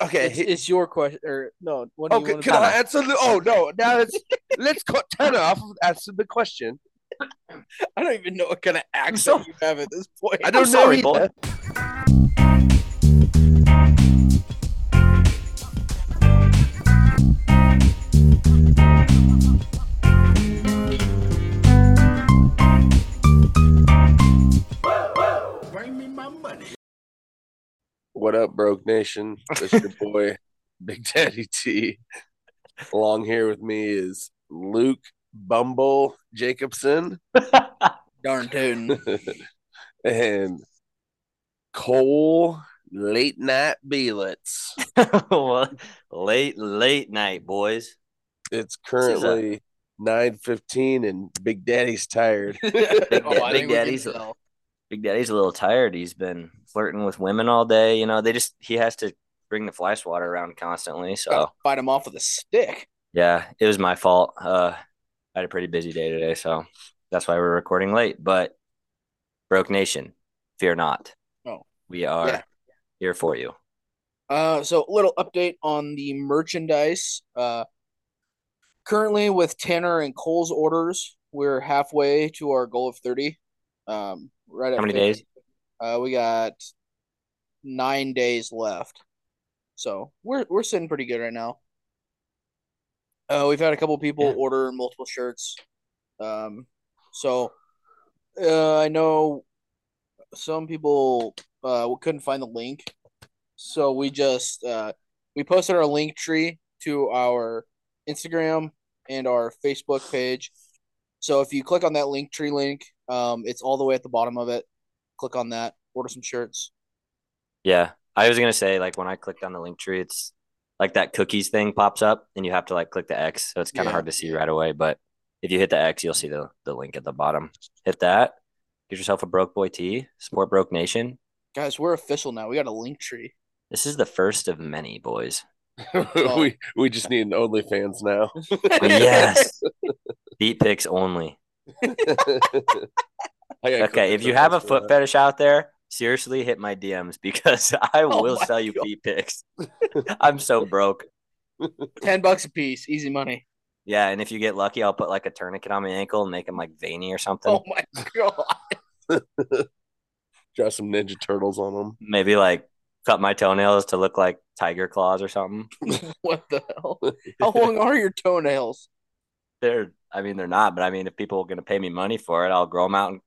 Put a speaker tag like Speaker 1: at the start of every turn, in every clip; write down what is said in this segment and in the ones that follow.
Speaker 1: Okay.
Speaker 2: It's, it's your question, or no? What do
Speaker 1: okay.
Speaker 2: you want
Speaker 1: Can
Speaker 2: to
Speaker 1: I answer the? Oh no. Now it's let's cut Tanner off and answer the question.
Speaker 2: I don't even know what kind of accent you have at this point.
Speaker 1: I don't know
Speaker 3: sorry,
Speaker 1: either.
Speaker 3: boy.
Speaker 1: What up, Broke Nation? It's your boy, Big Daddy T. Along here with me is Luke Bumble Jacobson
Speaker 2: Darn tune.
Speaker 1: and Cole Late Night Beelitz.
Speaker 3: Well, late, late night, boys.
Speaker 1: It's currently nine fifteen, and Big Daddy's tired.
Speaker 2: Oh,
Speaker 1: Oh,
Speaker 3: Big Daddy's- Big Daddy's a little tired. He's been flirting with women all day. You know, they just he has to bring the fly swatter around constantly. So
Speaker 2: fight him off with a stick.
Speaker 3: yeah, it was my fault. Uh, I had a pretty busy day today, so that's why we're recording late. But Broke Nation, fear not.
Speaker 2: Oh.
Speaker 3: we are
Speaker 2: Yeah.
Speaker 3: here for you.
Speaker 2: Uh, so little update on the merchandise. Uh, currently with Tanner and Cole's orders, we're halfway to our goal of thirty. Um, right.
Speaker 3: How
Speaker 2: at
Speaker 3: many
Speaker 2: 50.
Speaker 3: days?
Speaker 2: Uh, we got nine days left, so we're we're sitting pretty good right now. Uh, we've had a couple people
Speaker 3: Yeah.
Speaker 2: order multiple shirts, um, so uh, I know some people uh couldn't find the link, so we just uh we posted our link tree to our Instagram and our Facebook page. So if you click on that link tree link, um, it's all the way at the bottom of it click on that, order some shirts.
Speaker 3: Yeah, I was gonna say like when I clicked on the link tree, it's like that cookies thing pops up, and you have to like click the X, so it's kind of
Speaker 2: Yeah.
Speaker 3: hard to see right away. But if you hit the X, you'll see the the link at the bottom. Hit that. Get yourself a broke boy tee. Support broke nation.
Speaker 2: Guys, we're official now. We got a link tree.
Speaker 3: This is the first of many boys.
Speaker 2: Oh.
Speaker 1: we we just need an OnlyFans now.
Speaker 3: yes, beat pics only. Okay, if you have a foot fetish out there, seriously hit my DMs because I
Speaker 2: Oh
Speaker 3: will
Speaker 2: my
Speaker 3: sell you
Speaker 2: God.
Speaker 3: beat pics. I'm so broke.
Speaker 2: Ten bucks a piece, easy money.
Speaker 3: Yeah, and if you get lucky, I'll put like a tourniquet on my ankle and make them like veiny or something.
Speaker 2: Oh my god!
Speaker 1: draw some Ninja Turtles on them.
Speaker 3: maybe like cut my toenails to look like tiger claws or something.
Speaker 2: What the hell? How long are your toenails?
Speaker 3: They're, I mean, they're not, but I mean, if people are going to pay me money for it, I'll grow them out and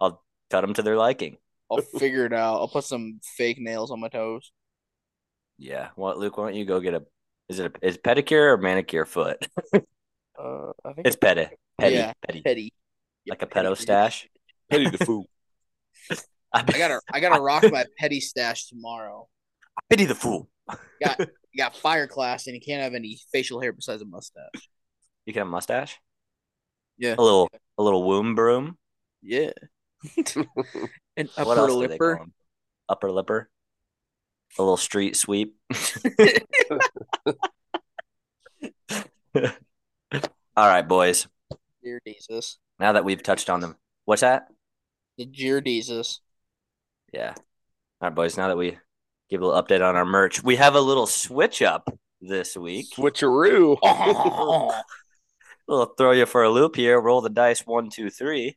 Speaker 3: I'll cut them to their liking.
Speaker 2: I'll figure it out. I'll put some fake nails on my toes.
Speaker 3: Yeah. Well, Luke, why don't you go get a, is it a, is pedicure or manicure foot?
Speaker 2: Uh, I think
Speaker 3: It's petty, petty,
Speaker 2: Yeah.
Speaker 3: petty,
Speaker 2: petty.
Speaker 3: like a pedo stash.
Speaker 1: Petty the fool.
Speaker 2: I
Speaker 3: I,
Speaker 2: gotta, I gotta rock my petty stash tomorrow.
Speaker 3: pity the fool.
Speaker 2: You got fire class, and you can't have any facial hair besides a mustache.
Speaker 3: You can have a mustache,
Speaker 2: Yeah,
Speaker 3: a little, a little womb broom.
Speaker 2: yeah. An
Speaker 3: what
Speaker 2: upper
Speaker 3: else do they call
Speaker 2: lipper.
Speaker 3: 'em? Upper lipper. A little street sweep. All right, boys.
Speaker 2: Dear Jesus.
Speaker 3: Now that we've touched on them, what's that?
Speaker 2: The Jirdeezus.
Speaker 3: Yeah. All right, boys. Now that we give a little update on our merch, we have a little switch up this week.
Speaker 1: Switcheroo.
Speaker 3: We'll throw you for a loop here. Roll the dice. One, two, three.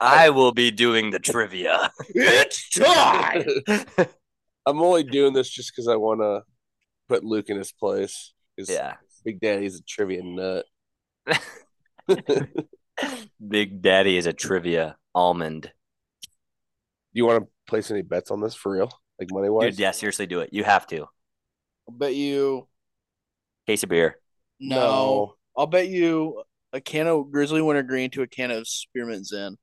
Speaker 3: I will be doing the trivia.
Speaker 2: It's time.
Speaker 1: I'm only doing this just because I want to put Luke in his place. 'cause
Speaker 3: Yeah.
Speaker 1: Big Daddy's a trivia nut.
Speaker 3: Big Daddy is a trivia almond.
Speaker 1: Do you want to place any bets on this for real? Like money
Speaker 3: Dude,
Speaker 1: wise?
Speaker 3: yeah, seriously, do it. You have to.
Speaker 2: I'll bet you
Speaker 3: Case of beer.
Speaker 2: no. I'll bet you a can of Grizzly Wintergreen to a can of Spearmint Zen.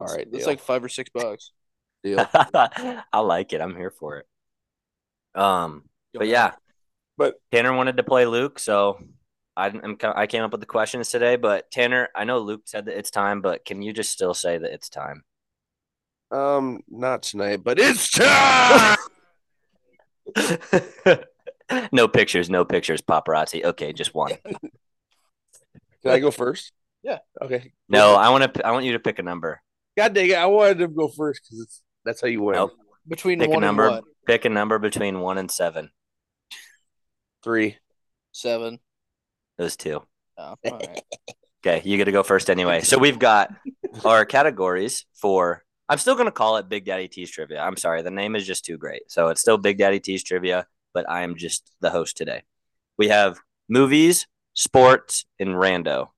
Speaker 1: All right.
Speaker 2: it's
Speaker 1: deal.
Speaker 2: like five or six bucks.
Speaker 1: Deal.
Speaker 3: I like it. I'm here for it. Um, but yeah,
Speaker 1: But-
Speaker 3: Tanner wanted to play Luke, so I, I'm I came up with the questions today. But Tanner, I know Luke said that it's time, but can you just still say that it's time?
Speaker 1: um, not tonight, but it's time.
Speaker 3: no pictures, no pictures, paparazzi. Okay, just one.
Speaker 1: Can I go first?
Speaker 2: Yeah.
Speaker 1: Okay.
Speaker 3: No, I want to. I want you to pick a number.
Speaker 1: God dang it! I wanted to go first because it's that's how you win.
Speaker 3: Nope.
Speaker 2: Between
Speaker 3: Pick a
Speaker 2: one
Speaker 3: number.
Speaker 2: and what?
Speaker 3: Pick a number between one and seven.
Speaker 1: Three.
Speaker 2: Seven.
Speaker 3: Those two.
Speaker 2: Oh, all right.
Speaker 3: Okay, you get to go first anyway. So we've got our categories for. I'm still going to call it Big Daddy T's Trivia. I'm sorry, the name is just too great. So it's still Big Daddy T's Trivia, but I am just the host today. We have movies, sports, and rando.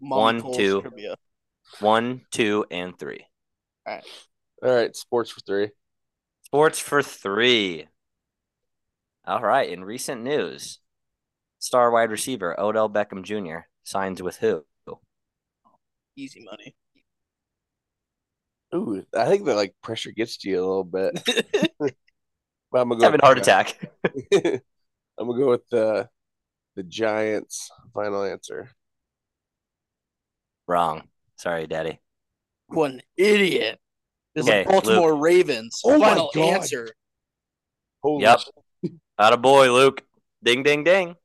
Speaker 2: Mama
Speaker 3: One,
Speaker 2: Cole's
Speaker 3: two.
Speaker 2: Trivia.
Speaker 3: One, two, and three.
Speaker 1: All right, sports for three.
Speaker 3: Sports for three. All right. In recent news, star wide receiver Odell Beckham Jr. signs with who?
Speaker 2: Easy money.
Speaker 1: Ooh, I think the like pressure gets to you a little bit. But I'm gonna go
Speaker 3: Having
Speaker 1: with-
Speaker 3: a heart attack.
Speaker 1: I'm gonna go with the the Giants. Final answer.
Speaker 3: Wrong. Sorry, Daddy.
Speaker 2: what an idiot. It's
Speaker 3: Okay,
Speaker 2: the Baltimore Ravens.
Speaker 1: Oh my
Speaker 2: Final
Speaker 1: God.
Speaker 2: answer.
Speaker 1: Holy
Speaker 3: Yep.
Speaker 1: shit.
Speaker 3: Out of boy, Luke. Ding, ding, ding.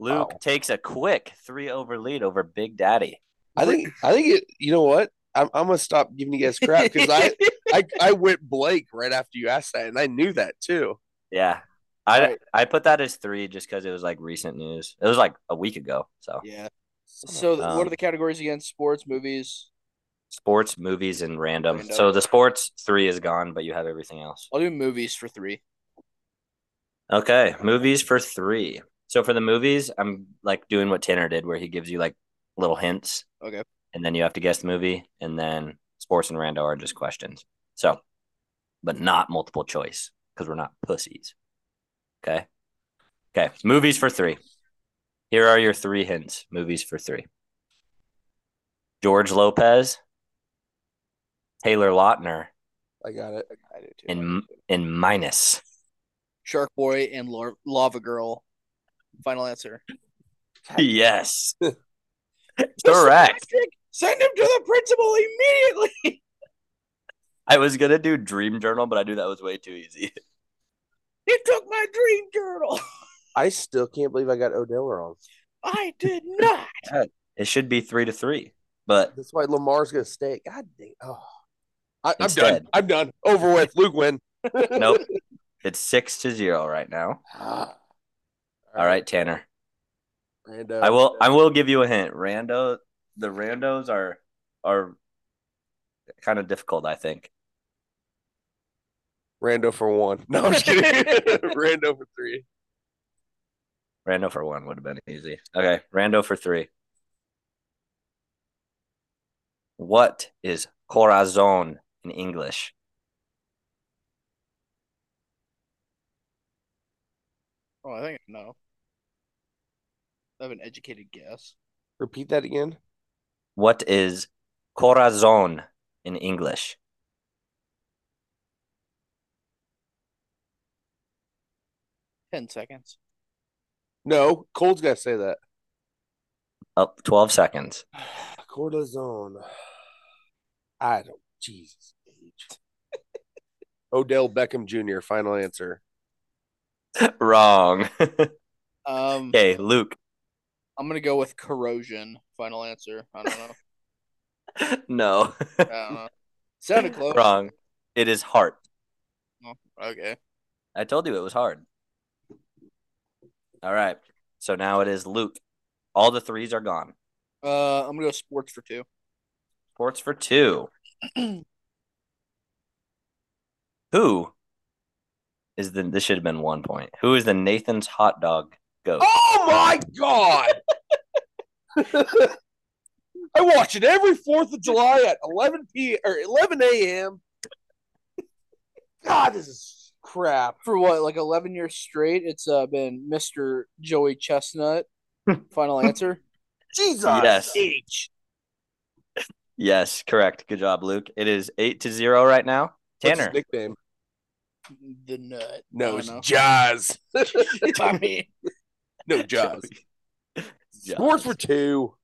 Speaker 3: Luke
Speaker 1: Wow.
Speaker 3: takes a quick three over lead over Big Daddy.
Speaker 1: I think I think it. You know what? I'm I'm gonna stop giving you guys crap because I, I I went Blake right after you asked that, and I knew that too.
Speaker 3: Yeah. I,
Speaker 2: Right.
Speaker 3: I put that as three just because it was like recent news. It was like a week ago. So
Speaker 2: Yeah. So th- what
Speaker 3: Um,
Speaker 2: are the categories again? Sports, movies.
Speaker 3: sports, movies, and random.
Speaker 2: Random.
Speaker 3: So the sports three is gone, but you have everything else.
Speaker 2: I'll do movies for three.
Speaker 3: Okay, movies for three. So for the movies, I'm like doing what Tanner did, where he gives you like little hints.
Speaker 2: Okay.
Speaker 3: And then you have to guess the movie, and then sports and rando are just questions. So, but not multiple choice because we're not pussies. Okay. Okay. Movies for three. Here are your three hints. Movies for three. George Lopez, Taylor Lautner,
Speaker 1: I got it.
Speaker 2: I do too.
Speaker 3: and and minus.
Speaker 2: Shark Boy and Lar- Lava Girl. Final answer.
Speaker 3: Yes. Correct.
Speaker 2: Patrick, Send him to the principal immediately.
Speaker 3: I was gonna do dream journal, but I knew that was way too easy.
Speaker 2: He took my dream journal.
Speaker 1: I still can't believe I got Odell wrong.
Speaker 2: I did not.
Speaker 3: It should be three to three, but
Speaker 1: That's why Lamar's gonna stay. God dang. Oh, I, I'm
Speaker 3: Instead.
Speaker 1: done. I'm done. Over with. Luke win.
Speaker 3: nope. It's six to zero right now. All right, Tanner.
Speaker 1: Rando.
Speaker 3: I will. I will give you a hint. Rando. The randos are are kind of difficult. I think.
Speaker 1: Rando for one. No, I'm just kidding. Rando for three.
Speaker 3: Rando for one would have been easy. Okay, Rando for three. What is corazon in English?
Speaker 2: Oh, I think I know. I have an educated guess.
Speaker 1: Repeat that again.
Speaker 3: What is corazon in English?
Speaker 2: Ten seconds.
Speaker 1: No, Cole's gotta say that.
Speaker 3: Up Oh, twelve seconds.
Speaker 1: Cortisone. I don't. Jesus. H. Odell Beckham Jr. Final answer.
Speaker 3: Wrong.
Speaker 2: Um,
Speaker 3: okay, Luke.
Speaker 2: I'm gonna go with corrosion. Final answer. I don't know.
Speaker 3: No.
Speaker 2: I don't know. Sounded close.
Speaker 3: Wrong. It is heart.
Speaker 2: Oh, Okay.
Speaker 3: I told you it was hard. All right. So now it is Luke. All the threes are gone.
Speaker 2: Uh, I'm gonna go sports for two.
Speaker 3: Sports for two. Who is the this should have been one point. Who is the Nathan's hot dog goat?
Speaker 1: Oh my god! I watch it every Fourth of July at eleven p or eleven a.m. God, this is crap.
Speaker 2: For what, like 11 years straight, it's uh, been Mr. Joey Chestnut. Final answer.
Speaker 1: Jesus
Speaker 3: Yes.
Speaker 1: H.
Speaker 3: Yes, correct. Good job, Luke. It is eight to zero right now.
Speaker 1: What's his
Speaker 3: Tanner.
Speaker 1: nickname?
Speaker 2: The nut.
Speaker 1: No, it's
Speaker 2: I don't
Speaker 1: Jaws.
Speaker 2: know. I mean,
Speaker 1: no, Jaws.
Speaker 3: Jaws.
Speaker 1: Sports for two.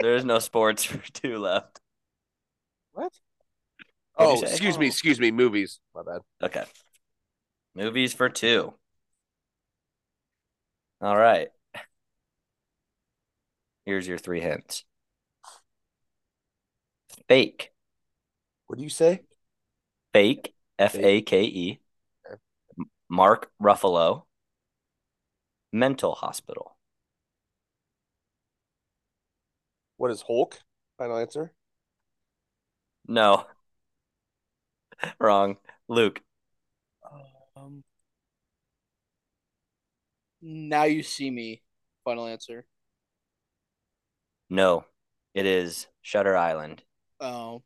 Speaker 3: There's no sports for two left.
Speaker 1: What?
Speaker 3: What'd
Speaker 1: Oh,
Speaker 3: you say?
Speaker 1: excuse me, excuse me. Movies. My bad.
Speaker 3: Okay. Movies for two. All right. Here's your three hints. Fake
Speaker 1: What do you say?
Speaker 3: Fake, F A K E. Mark Ruffalo. Mental Hospital.
Speaker 1: What is Hulk? Final answer.
Speaker 3: No. Wrong. Luke.
Speaker 2: Um, now you see me. Final answer.
Speaker 3: No. It is Shutter Island.
Speaker 2: Oh,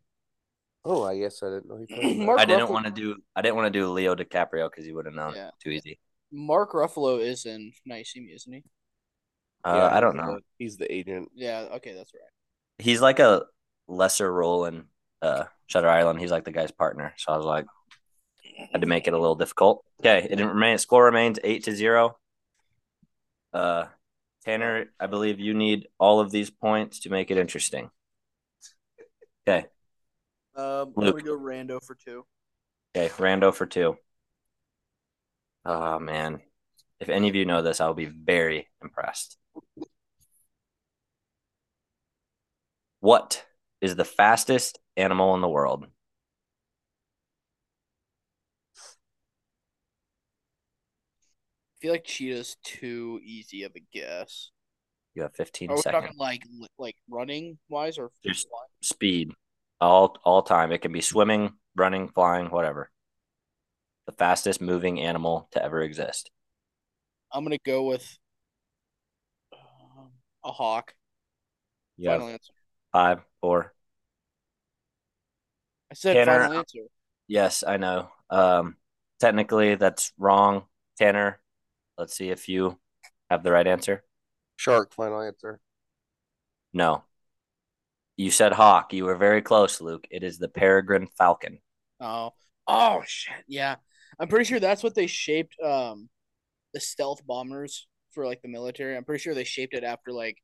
Speaker 1: Oh, I guess I didn't know he played. that.
Speaker 2: Mark
Speaker 3: I didn't
Speaker 2: Ruffalo-
Speaker 3: want to do I didn't want to do Leo DiCaprio because he would have known
Speaker 2: Yeah.
Speaker 3: too easy.
Speaker 2: Mark Ruffalo is in Now You See Me, isn't he?
Speaker 3: Uh,
Speaker 1: Yeah,
Speaker 3: I don't
Speaker 1: he's
Speaker 3: know.
Speaker 1: the- he's the agent.
Speaker 2: Yeah. Okay, that's right.
Speaker 3: he's like a lesser role in uh, Shutter Island. He's like the guy's partner. So I was like, had to make it a little difficult. Okay, it remains score remains eight to zero. Uh, Tanner, I believe you need all of these points to make it interesting.
Speaker 2: Um,
Speaker 3: Luke.
Speaker 2: I'm gonna go Rando for two.
Speaker 3: Okay, Rando for two. Oh man, if any of you know this, I'll be very impressed. What is the fastest animal in the world?
Speaker 2: I feel like Cheetah's too easy of a guess.
Speaker 3: You have 15
Speaker 2: Are we
Speaker 3: seconds.
Speaker 2: Oh, talking like li- like running wise or
Speaker 3: Just-
Speaker 2: flying?
Speaker 3: speed all all time. It can be swimming, running, flying, whatever. The fastest moving animal to ever exist.
Speaker 2: I'm gonna go with um, a hawk.
Speaker 3: You
Speaker 2: Final
Speaker 3: have
Speaker 2: answer.
Speaker 3: five, four.
Speaker 2: I said
Speaker 3: Tanner,
Speaker 2: final answer.
Speaker 3: Yes, I know. Um, technically, that's wrong, Tanner. Let's see if you have the right answer.
Speaker 1: Shark. Final answer.
Speaker 3: No, you said hawk. You were very close, Luke. It is the peregrine falcon.
Speaker 2: Oh, oh shit! Yeah, I'm pretty sure that's what they shaped um the stealth bombers for like the military. I'm pretty sure they shaped it after like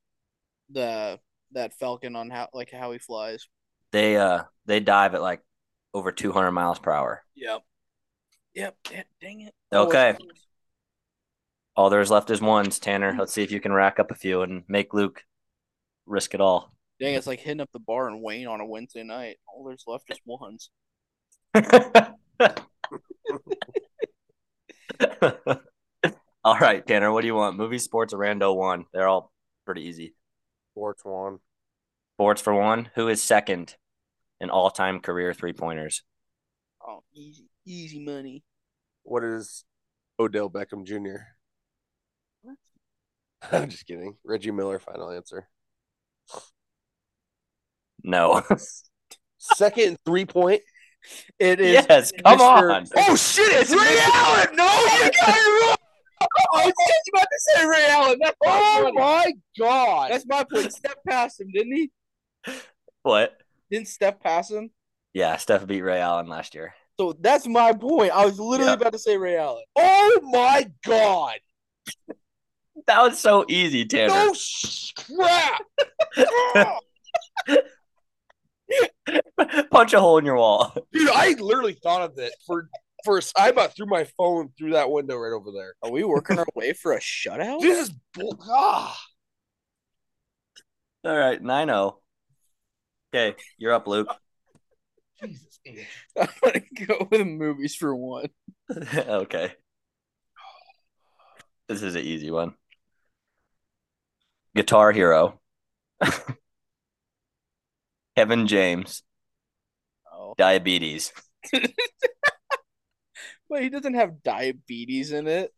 Speaker 2: the that Falcon on how like how he flies.
Speaker 3: They uh they dive at like over 200 miles per hour.
Speaker 2: Yep. Yep. da- Dang it.
Speaker 3: Okay.
Speaker 2: Oh, it's-
Speaker 3: All there's left is ones, Tanner. Let's see if you can rack up a few and make Luke risk it all.
Speaker 2: Dang, it's like hitting up the bar and Wayne on a Wednesday night. All there's left is ones.
Speaker 3: all right, Tanner, what do you want? Movie, sports, or rando one? They're all pretty easy.
Speaker 1: Sports one.
Speaker 3: Sports for one. Who is second in all time career three pointers?
Speaker 2: Oh, easy, easy money.
Speaker 1: What is Odell Beckham Jr.?
Speaker 2: What?
Speaker 1: I'm just kidding. Reggie Miller. Final answer.
Speaker 3: No.
Speaker 1: Second and three point.
Speaker 2: It is.
Speaker 3: yes, come
Speaker 2: Mr.
Speaker 3: on.
Speaker 1: Oh shit! It's Ray Allen. No, you got it wrong.
Speaker 2: I was just about to say Ray Allen. That's
Speaker 1: Oh my god!
Speaker 2: That's my point. Step past him, didn't he?
Speaker 3: What?
Speaker 2: Didn't Steph pass him?
Speaker 3: Yeah, Steph beat Ray Allen last year.
Speaker 2: So that's my point. I was literally
Speaker 3: Yeah.
Speaker 2: about to say Ray Allen.
Speaker 1: Oh my god!
Speaker 3: That was so easy, Tanner.
Speaker 1: No sh- crap!
Speaker 3: Punch a hole in your wall.
Speaker 1: Dude, I literally thought of that for first. I about threw my phone through that window right over there.
Speaker 3: Oh.
Speaker 2: Are we working our way for a shutout?
Speaker 1: This is bull. Ah.
Speaker 3: All right, 9 0. Okay, you're up, Luke.
Speaker 1: Jesus.
Speaker 2: I'm gonna go with movies for one.
Speaker 3: okay. This is an easy one. Guitar Hero. Kevin James.
Speaker 2: Oh.
Speaker 3: Diabetes.
Speaker 2: Wait, he doesn't have diabetes in it.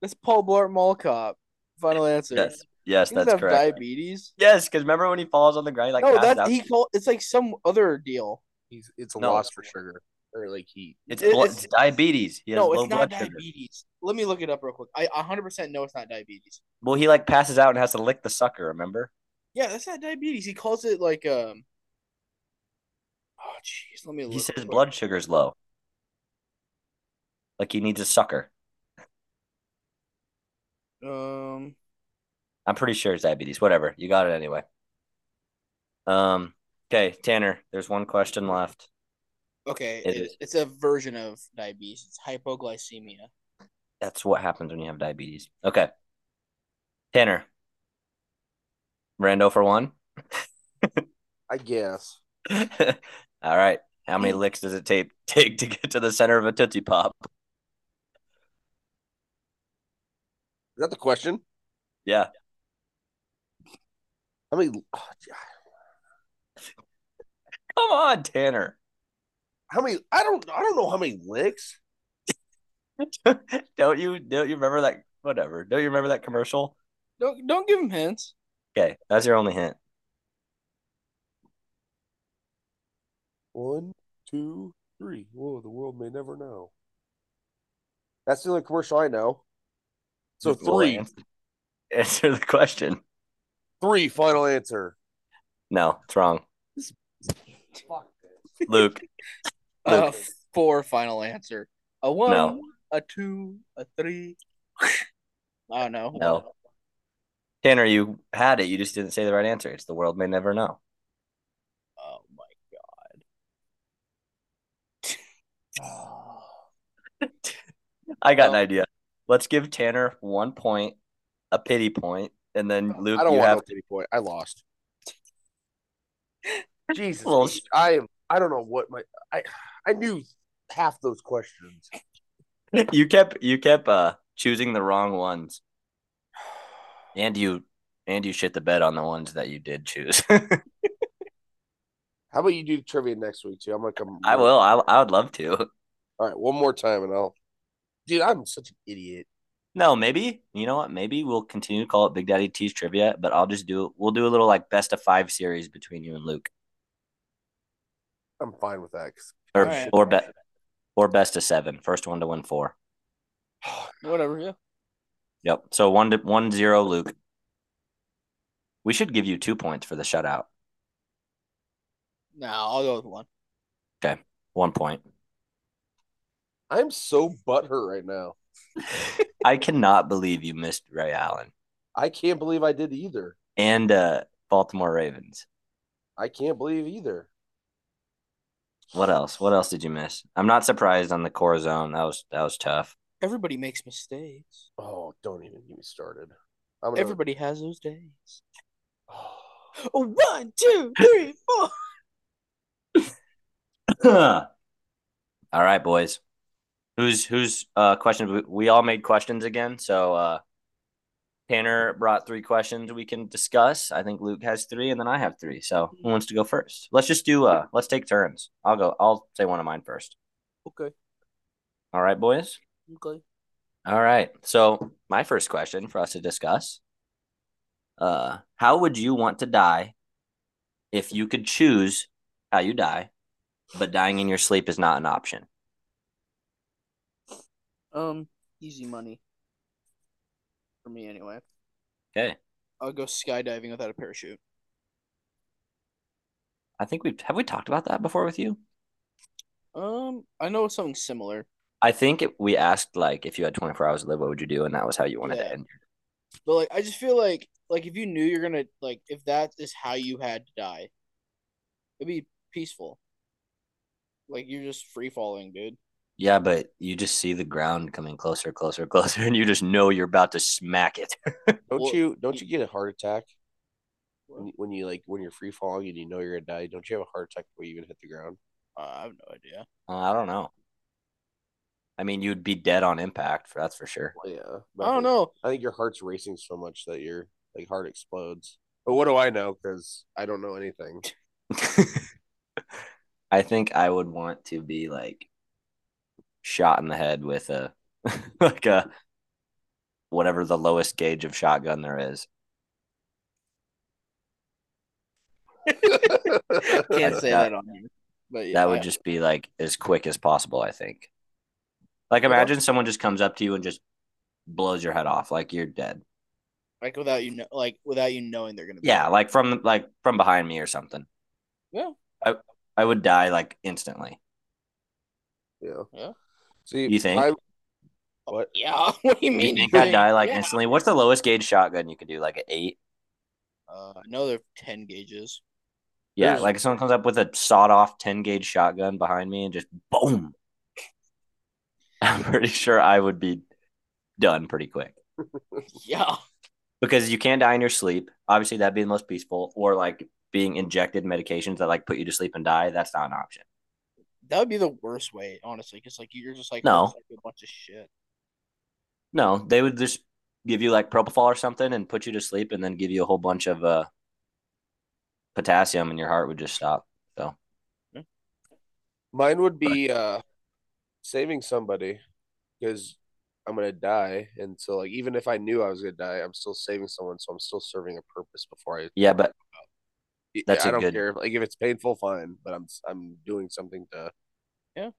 Speaker 2: that's Paul Blart Mall Cop. Final answer.
Speaker 3: Yes. Yes,
Speaker 2: He doesn't
Speaker 3: that's
Speaker 2: have
Speaker 3: correct.
Speaker 2: diabetes.
Speaker 3: yes, because remember when he falls on the ground, he like
Speaker 2: no,
Speaker 3: passes
Speaker 2: that
Speaker 3: out?
Speaker 2: he called. It's like some other deal.
Speaker 1: He's, it's a
Speaker 3: No.
Speaker 1: loss for sugar or like heat.
Speaker 3: it's,
Speaker 2: it-
Speaker 3: blo-
Speaker 2: it's-
Speaker 3: it's diabetes. He has
Speaker 2: No,
Speaker 3: low
Speaker 2: it's not
Speaker 3: blood sugar.
Speaker 2: diabetes. Let me look it up real quick. I 100 percent know it's not diabetes.
Speaker 3: Well, he like passes out and has to lick the sucker. Remember?
Speaker 2: Yeah, that's not diabetes. He calls it like um. Oh jeez, let me.
Speaker 3: He
Speaker 2: look
Speaker 3: says
Speaker 2: real quick.
Speaker 3: blood sugar's low. Like he needs a sucker.
Speaker 2: Um,
Speaker 3: I'm pretty sure it's diabetes. Whatever. You got it anyway. Um. Okay, Tanner. There's one question left.
Speaker 2: okay,
Speaker 3: It
Speaker 2: it,
Speaker 3: is.
Speaker 2: it's a version of diabetes. It's hypoglycemia.
Speaker 3: That's what happens when you have diabetes. Okay. Tanner. Rando for one.
Speaker 1: I guess.
Speaker 3: All right. How many licks does it take take to get to the center of a Tootsie Pop?
Speaker 1: that the question?
Speaker 3: Yeah.
Speaker 1: How many oh, yeah.
Speaker 3: Come on, Tanner.
Speaker 1: how many I don't I don't know how many licks.
Speaker 3: don't you don't you remember that whatever. Don't you remember that commercial?
Speaker 2: Don't don't give him hints.
Speaker 3: Okay, that's your only hint.
Speaker 1: One, two, three. Whoa, the world may never know. That's the only commercial I know. So
Speaker 3: Well,
Speaker 1: three,
Speaker 3: answer- Answer the question.
Speaker 1: three final answer.
Speaker 3: No, it's wrong.
Speaker 1: Fuck.
Speaker 3: Luke,
Speaker 2: Uh,
Speaker 3: Luke.
Speaker 2: four final answer. A one,
Speaker 3: No.
Speaker 2: a two, a three. I don't know.
Speaker 3: No. Tanner, you had it. You just didn't say the right answer. It's the world may never know.
Speaker 2: Oh my
Speaker 3: I got an
Speaker 2: Well-
Speaker 3: idea. Let's give Tanner one point, a pity point, and then Luke,
Speaker 1: I don't
Speaker 3: you
Speaker 1: want
Speaker 3: have
Speaker 1: no pity point. I lost. Jesus,
Speaker 3: Well,
Speaker 1: H, I am. I don't know what my. I I knew half those questions.
Speaker 3: you kept you kept uh choosing the wrong ones, and you and you shit the bed on the ones that you did choose.
Speaker 1: How about you do trivia next week too? I'm gonna come.
Speaker 3: I will. I, I would love to.
Speaker 1: All right, one more time, and I'll. Dude, I'm such an idiot.
Speaker 3: No, maybe you know what? Maybe we'll continue to call it Big Daddy T's trivia, but I'll just do we'll do a little like best of five series between you and Luke,
Speaker 1: I'm fine with that. 'cause-
Speaker 3: or
Speaker 2: Alright.
Speaker 3: or bet or best of seven. First one to win four.
Speaker 2: god. Whatever. Yeah.
Speaker 3: Yep. So one to one zero, Luke. We should give you two points for the shutout.
Speaker 2: No, I'll go with one.
Speaker 3: One point.
Speaker 1: I'm so butthurt right now.
Speaker 3: I cannot believe you missed Ray Allen
Speaker 1: I can't believe I did either.
Speaker 3: and uh, Baltimore Ravens.
Speaker 1: I can't believe either.
Speaker 3: What else? What else did you miss? I'm not surprised on the core zone. That was that was tough.
Speaker 2: Everybody makes mistakes.
Speaker 1: Oh, don't even get me started. I'm gonna,
Speaker 2: Everybody has those days. Oh, one, two, three, four.
Speaker 3: All right, boys. Who's who's uh questions? We, we all made questions again. So uh Tanner brought three questions we can discuss. I think Luke has three, and then I have three. So who wants to go first? Let's just do uh let's take turns. I'll go I'll say one of mine first.
Speaker 2: Okay.
Speaker 3: All right, boys.
Speaker 2: Okay.
Speaker 3: All right. So my first question for us to discuss. Uh, how would you want to die if you could choose how you die, but dying in your sleep is not an option?
Speaker 2: Um, easy money. For me, anyway.
Speaker 3: Okay.
Speaker 2: I'll go skydiving without a parachute.
Speaker 3: I think we've have we talked about that before with you?
Speaker 2: Um, I know something similar.
Speaker 3: I think it, we asked like if you had 24 hours to live, what would you do? And that was how you wanted
Speaker 2: Yeah.
Speaker 3: to end.
Speaker 2: But like, I just feel like like if you knew you're gonna like if that is how you had to die, it'd be peaceful. Like you're just free falling, dude.
Speaker 3: Yeah, but you just see the ground coming closer, closer, closer, and you just know you're about to smack it.
Speaker 1: Don't
Speaker 2: Well,
Speaker 1: you don't you get a heart attack when you, when you like when you're free falling and you know you're gonna die? Don't you have a heart attack before you even hit the ground?
Speaker 2: Uh, I have no idea.
Speaker 3: Uh, I don't know. I mean, you'd be dead on impact, for that's for sure.
Speaker 1: Well, yeah, but
Speaker 2: I don't
Speaker 1: think-
Speaker 2: know.
Speaker 1: I think your heart's racing so much that your like heart explodes. But what do I know? Because I don't know anything.
Speaker 3: I think I would want to be like shot in the head with a like a whatever the lowest gauge of shotgun there is.
Speaker 2: Can't
Speaker 3: That-
Speaker 2: say
Speaker 3: that-
Speaker 2: that, on here. But yeah,
Speaker 3: That would
Speaker 2: I-
Speaker 3: just be like as quick as possible, I think. Like imagine someone just comes up to you and just blows your head off like you're dead.
Speaker 2: like without you know, like without you knowing they're gonna. Be
Speaker 3: Yeah, like from like from behind me or something.
Speaker 2: Yeah.
Speaker 3: I I would die like instantly.
Speaker 1: yeah.
Speaker 2: Yeah.
Speaker 1: See,
Speaker 3: You think?
Speaker 1: I,
Speaker 2: yeah. What do you
Speaker 3: You
Speaker 2: mean?
Speaker 3: think I'd die like
Speaker 2: Yeah.
Speaker 3: instantly? What's the lowest gauge shotgun you could do? Like an eight?
Speaker 2: Uh, no, they're ten gauges.
Speaker 3: Yeah,
Speaker 1: There's-
Speaker 3: like someone comes up with a sawed off 10 gauge shotgun behind me and just boom. I'm pretty sure I would be done pretty quick.
Speaker 2: Yeah.
Speaker 3: because you can die in your sleep. Obviously, that'd be the most peaceful. Or like being injected medications that like put you to sleep and die. That's not an option.
Speaker 2: That would be the worst way, honestly, because like you're just like
Speaker 3: No.
Speaker 2: "This is, like, a bunch of shit.
Speaker 3: No, they would just give you like propofol or something and put you to sleep, and then give you a whole bunch of uh, potassium, and your heart would just stop.
Speaker 1: Mine would be uh saving somebody because I'm gonna die, and so like even if I knew I was gonna die, I'm still saving someone, so I'm still serving a purpose before I.
Speaker 3: Yeah, but
Speaker 1: Yeah,
Speaker 3: That's
Speaker 1: I
Speaker 3: a
Speaker 1: don't
Speaker 3: good-
Speaker 1: care. Like if it's painful, fine, but I'm I'm doing something to.
Speaker 2: Yeah.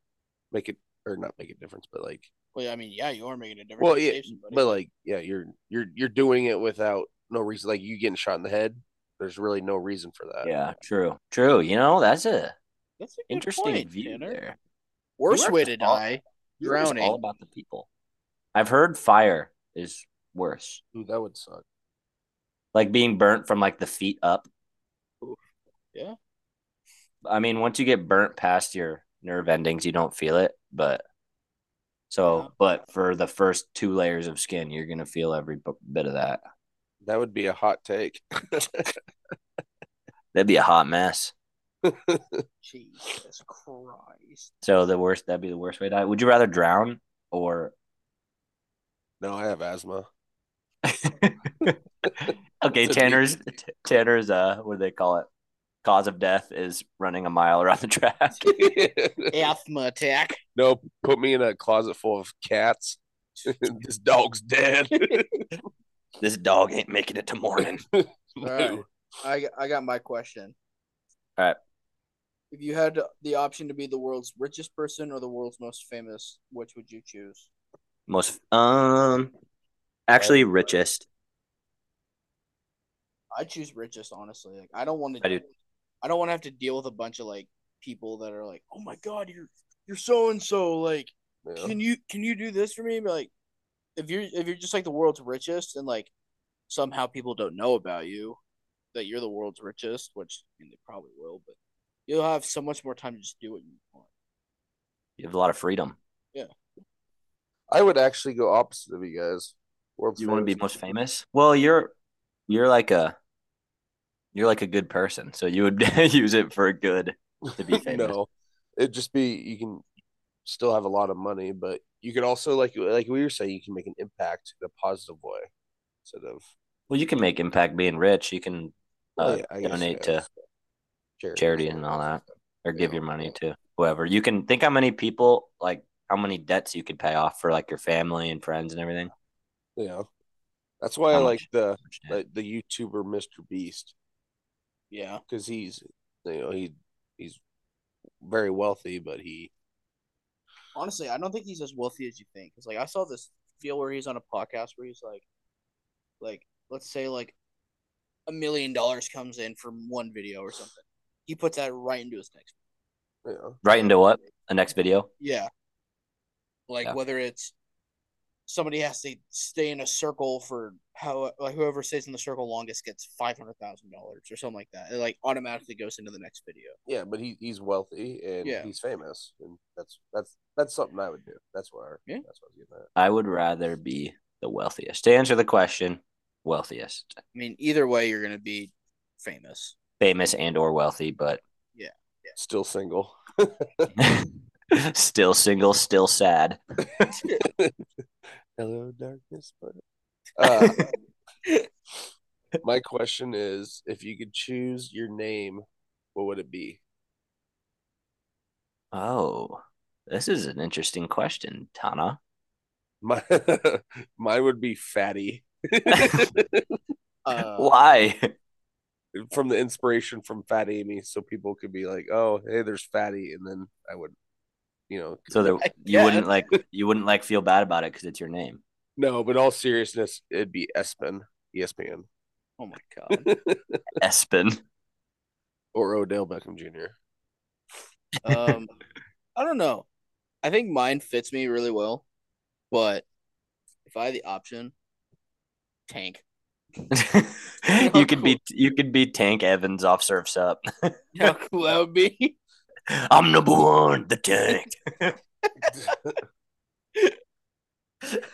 Speaker 1: Make it or not make a difference, but like,
Speaker 2: Well, I mean, yeah, you are making a difference.
Speaker 1: well,
Speaker 2: You
Speaker 1: yeah,
Speaker 2: saved somebody.
Speaker 1: but like, yeah, you're you're you're doing it without no reason. Like you getting shot in the head, there's really no reason for that.
Speaker 3: yeah, true, true. You know, that's a
Speaker 2: that's a Uh, good
Speaker 3: interesting
Speaker 2: point,
Speaker 3: view
Speaker 2: Tanner.
Speaker 3: there.
Speaker 2: Worst
Speaker 3: You are
Speaker 2: way
Speaker 3: just
Speaker 2: to
Speaker 3: all-
Speaker 2: die.
Speaker 3: You're just
Speaker 2: Drowning.
Speaker 3: all about the people. I've heard fire is worse,
Speaker 1: Ooh, that would suck.
Speaker 3: like being burnt from like the feet up.
Speaker 2: Oof. Yeah.
Speaker 3: I mean, once you get burnt past your nerve endings, you don't feel it, but so,
Speaker 2: Yeah.
Speaker 3: but for the first two layers of skin, you're gonna feel every b- bit of that.
Speaker 1: That would be a hot take.
Speaker 3: That'd be a hot mess.
Speaker 2: Jesus Christ.
Speaker 3: So the worst that'd be the worst way to die. Would you rather drown or
Speaker 1: no, I have asthma.
Speaker 3: okay,
Speaker 1: It's a
Speaker 3: Tanner's Tanner's uh what do they call it? Cause of death is running a mile around the track.
Speaker 2: Asthma attack.
Speaker 1: no, put me in a closet full of cats. this dog's dead.
Speaker 3: this dog ain't making it to morning.
Speaker 2: right.
Speaker 1: No.
Speaker 2: I, got- I got my question.
Speaker 3: All right.
Speaker 2: If you had the option to be the world's richest person or the world's most famous, which would you choose?
Speaker 3: Most um actually richest.
Speaker 2: I choose richest, honestly. Like I don't want to.
Speaker 3: I do.
Speaker 2: I don't want to have to deal with a bunch of like people that are like, "Oh my god, you're you're so and so." Like,
Speaker 1: Yeah.
Speaker 2: can you can you do this for me? But, like, if you're if you're just like the world's richest and like somehow people don't know about you that you're the world's richest, which I mean, they probably will, but you'll have so much more time to just do what you want.
Speaker 3: You have a lot of freedom.
Speaker 1: I would actually go opposite of you guys. World's
Speaker 3: You want to be
Speaker 1: famous.
Speaker 3: most famous? Well, you're you're like a you're like a good person, so you would use it for good to be famous.
Speaker 1: No, it'd just be you can still have a lot of money, but you could also like like we were saying, you can make an impact in a positive way instead of
Speaker 3: Well, you can make impact being rich. You can uh,
Speaker 1: Oh, yeah, I guess,
Speaker 3: donate
Speaker 1: yeah,
Speaker 3: to
Speaker 1: charity,
Speaker 3: charity and all that, or give
Speaker 1: Yeah.
Speaker 3: your money to whoever. You can think how many people, like how many debts you could pay off for like your family and friends and everything.
Speaker 1: Yeah, that's why
Speaker 3: How
Speaker 1: I
Speaker 3: much?
Speaker 1: like the like the YouTuber Mr. Beast
Speaker 2: Yeah.
Speaker 1: because he's you know he he's very wealthy, but he
Speaker 2: Honestly, I don't think he's as wealthy as you think. Cause like I saw this deal where he's on a podcast where he's like, like let's say like a million dollars comes in from one video or something. He puts that right into his next.
Speaker 1: you know
Speaker 3: Right into what? The next video?
Speaker 2: Yeah. Like
Speaker 3: Yeah.
Speaker 2: whether it's somebody has to stay in a circle for how like whoever stays in the circle longest gets five hundred thousand dollars or something like that. It like automatically goes into the next video.
Speaker 1: yeah, but he he's wealthy and
Speaker 2: Yeah.
Speaker 1: he's famous, and that's that's that's something I would do. That's what I,
Speaker 2: Yeah.
Speaker 1: that's what I was getting at.
Speaker 3: I would rather be the wealthiest. To answer the question, wealthiest,
Speaker 2: I mean, either way, you're gonna be famous.
Speaker 3: famous and or wealthy, but
Speaker 1: Still single.
Speaker 3: still single, still sad.
Speaker 1: Hello, darkness. But, uh, my question is if you could choose your name, what would it be?
Speaker 3: Oh, this is an interesting question, Tana.
Speaker 1: My, mine would be Fatty
Speaker 2: Uh,
Speaker 3: Why?
Speaker 1: from the inspiration from Fat Amy. So people could be like, oh, hey, there's Fatty. And then I would, you know,
Speaker 3: So
Speaker 2: I
Speaker 3: that you wouldn't
Speaker 2: guess.
Speaker 3: like you wouldn't like feel bad about it because it's your name.
Speaker 1: no, but all seriousness, it'd be Espen, E ESPN,
Speaker 2: oh my god.
Speaker 3: Espen.
Speaker 1: or Odell Beckham Jr.
Speaker 2: Um, I don't know. I think mine fits me really well, but if I had the option, tank.
Speaker 3: you could be you could be Tank Evans off serves up.
Speaker 2: How cool that would be.
Speaker 3: I'm number one, the tank.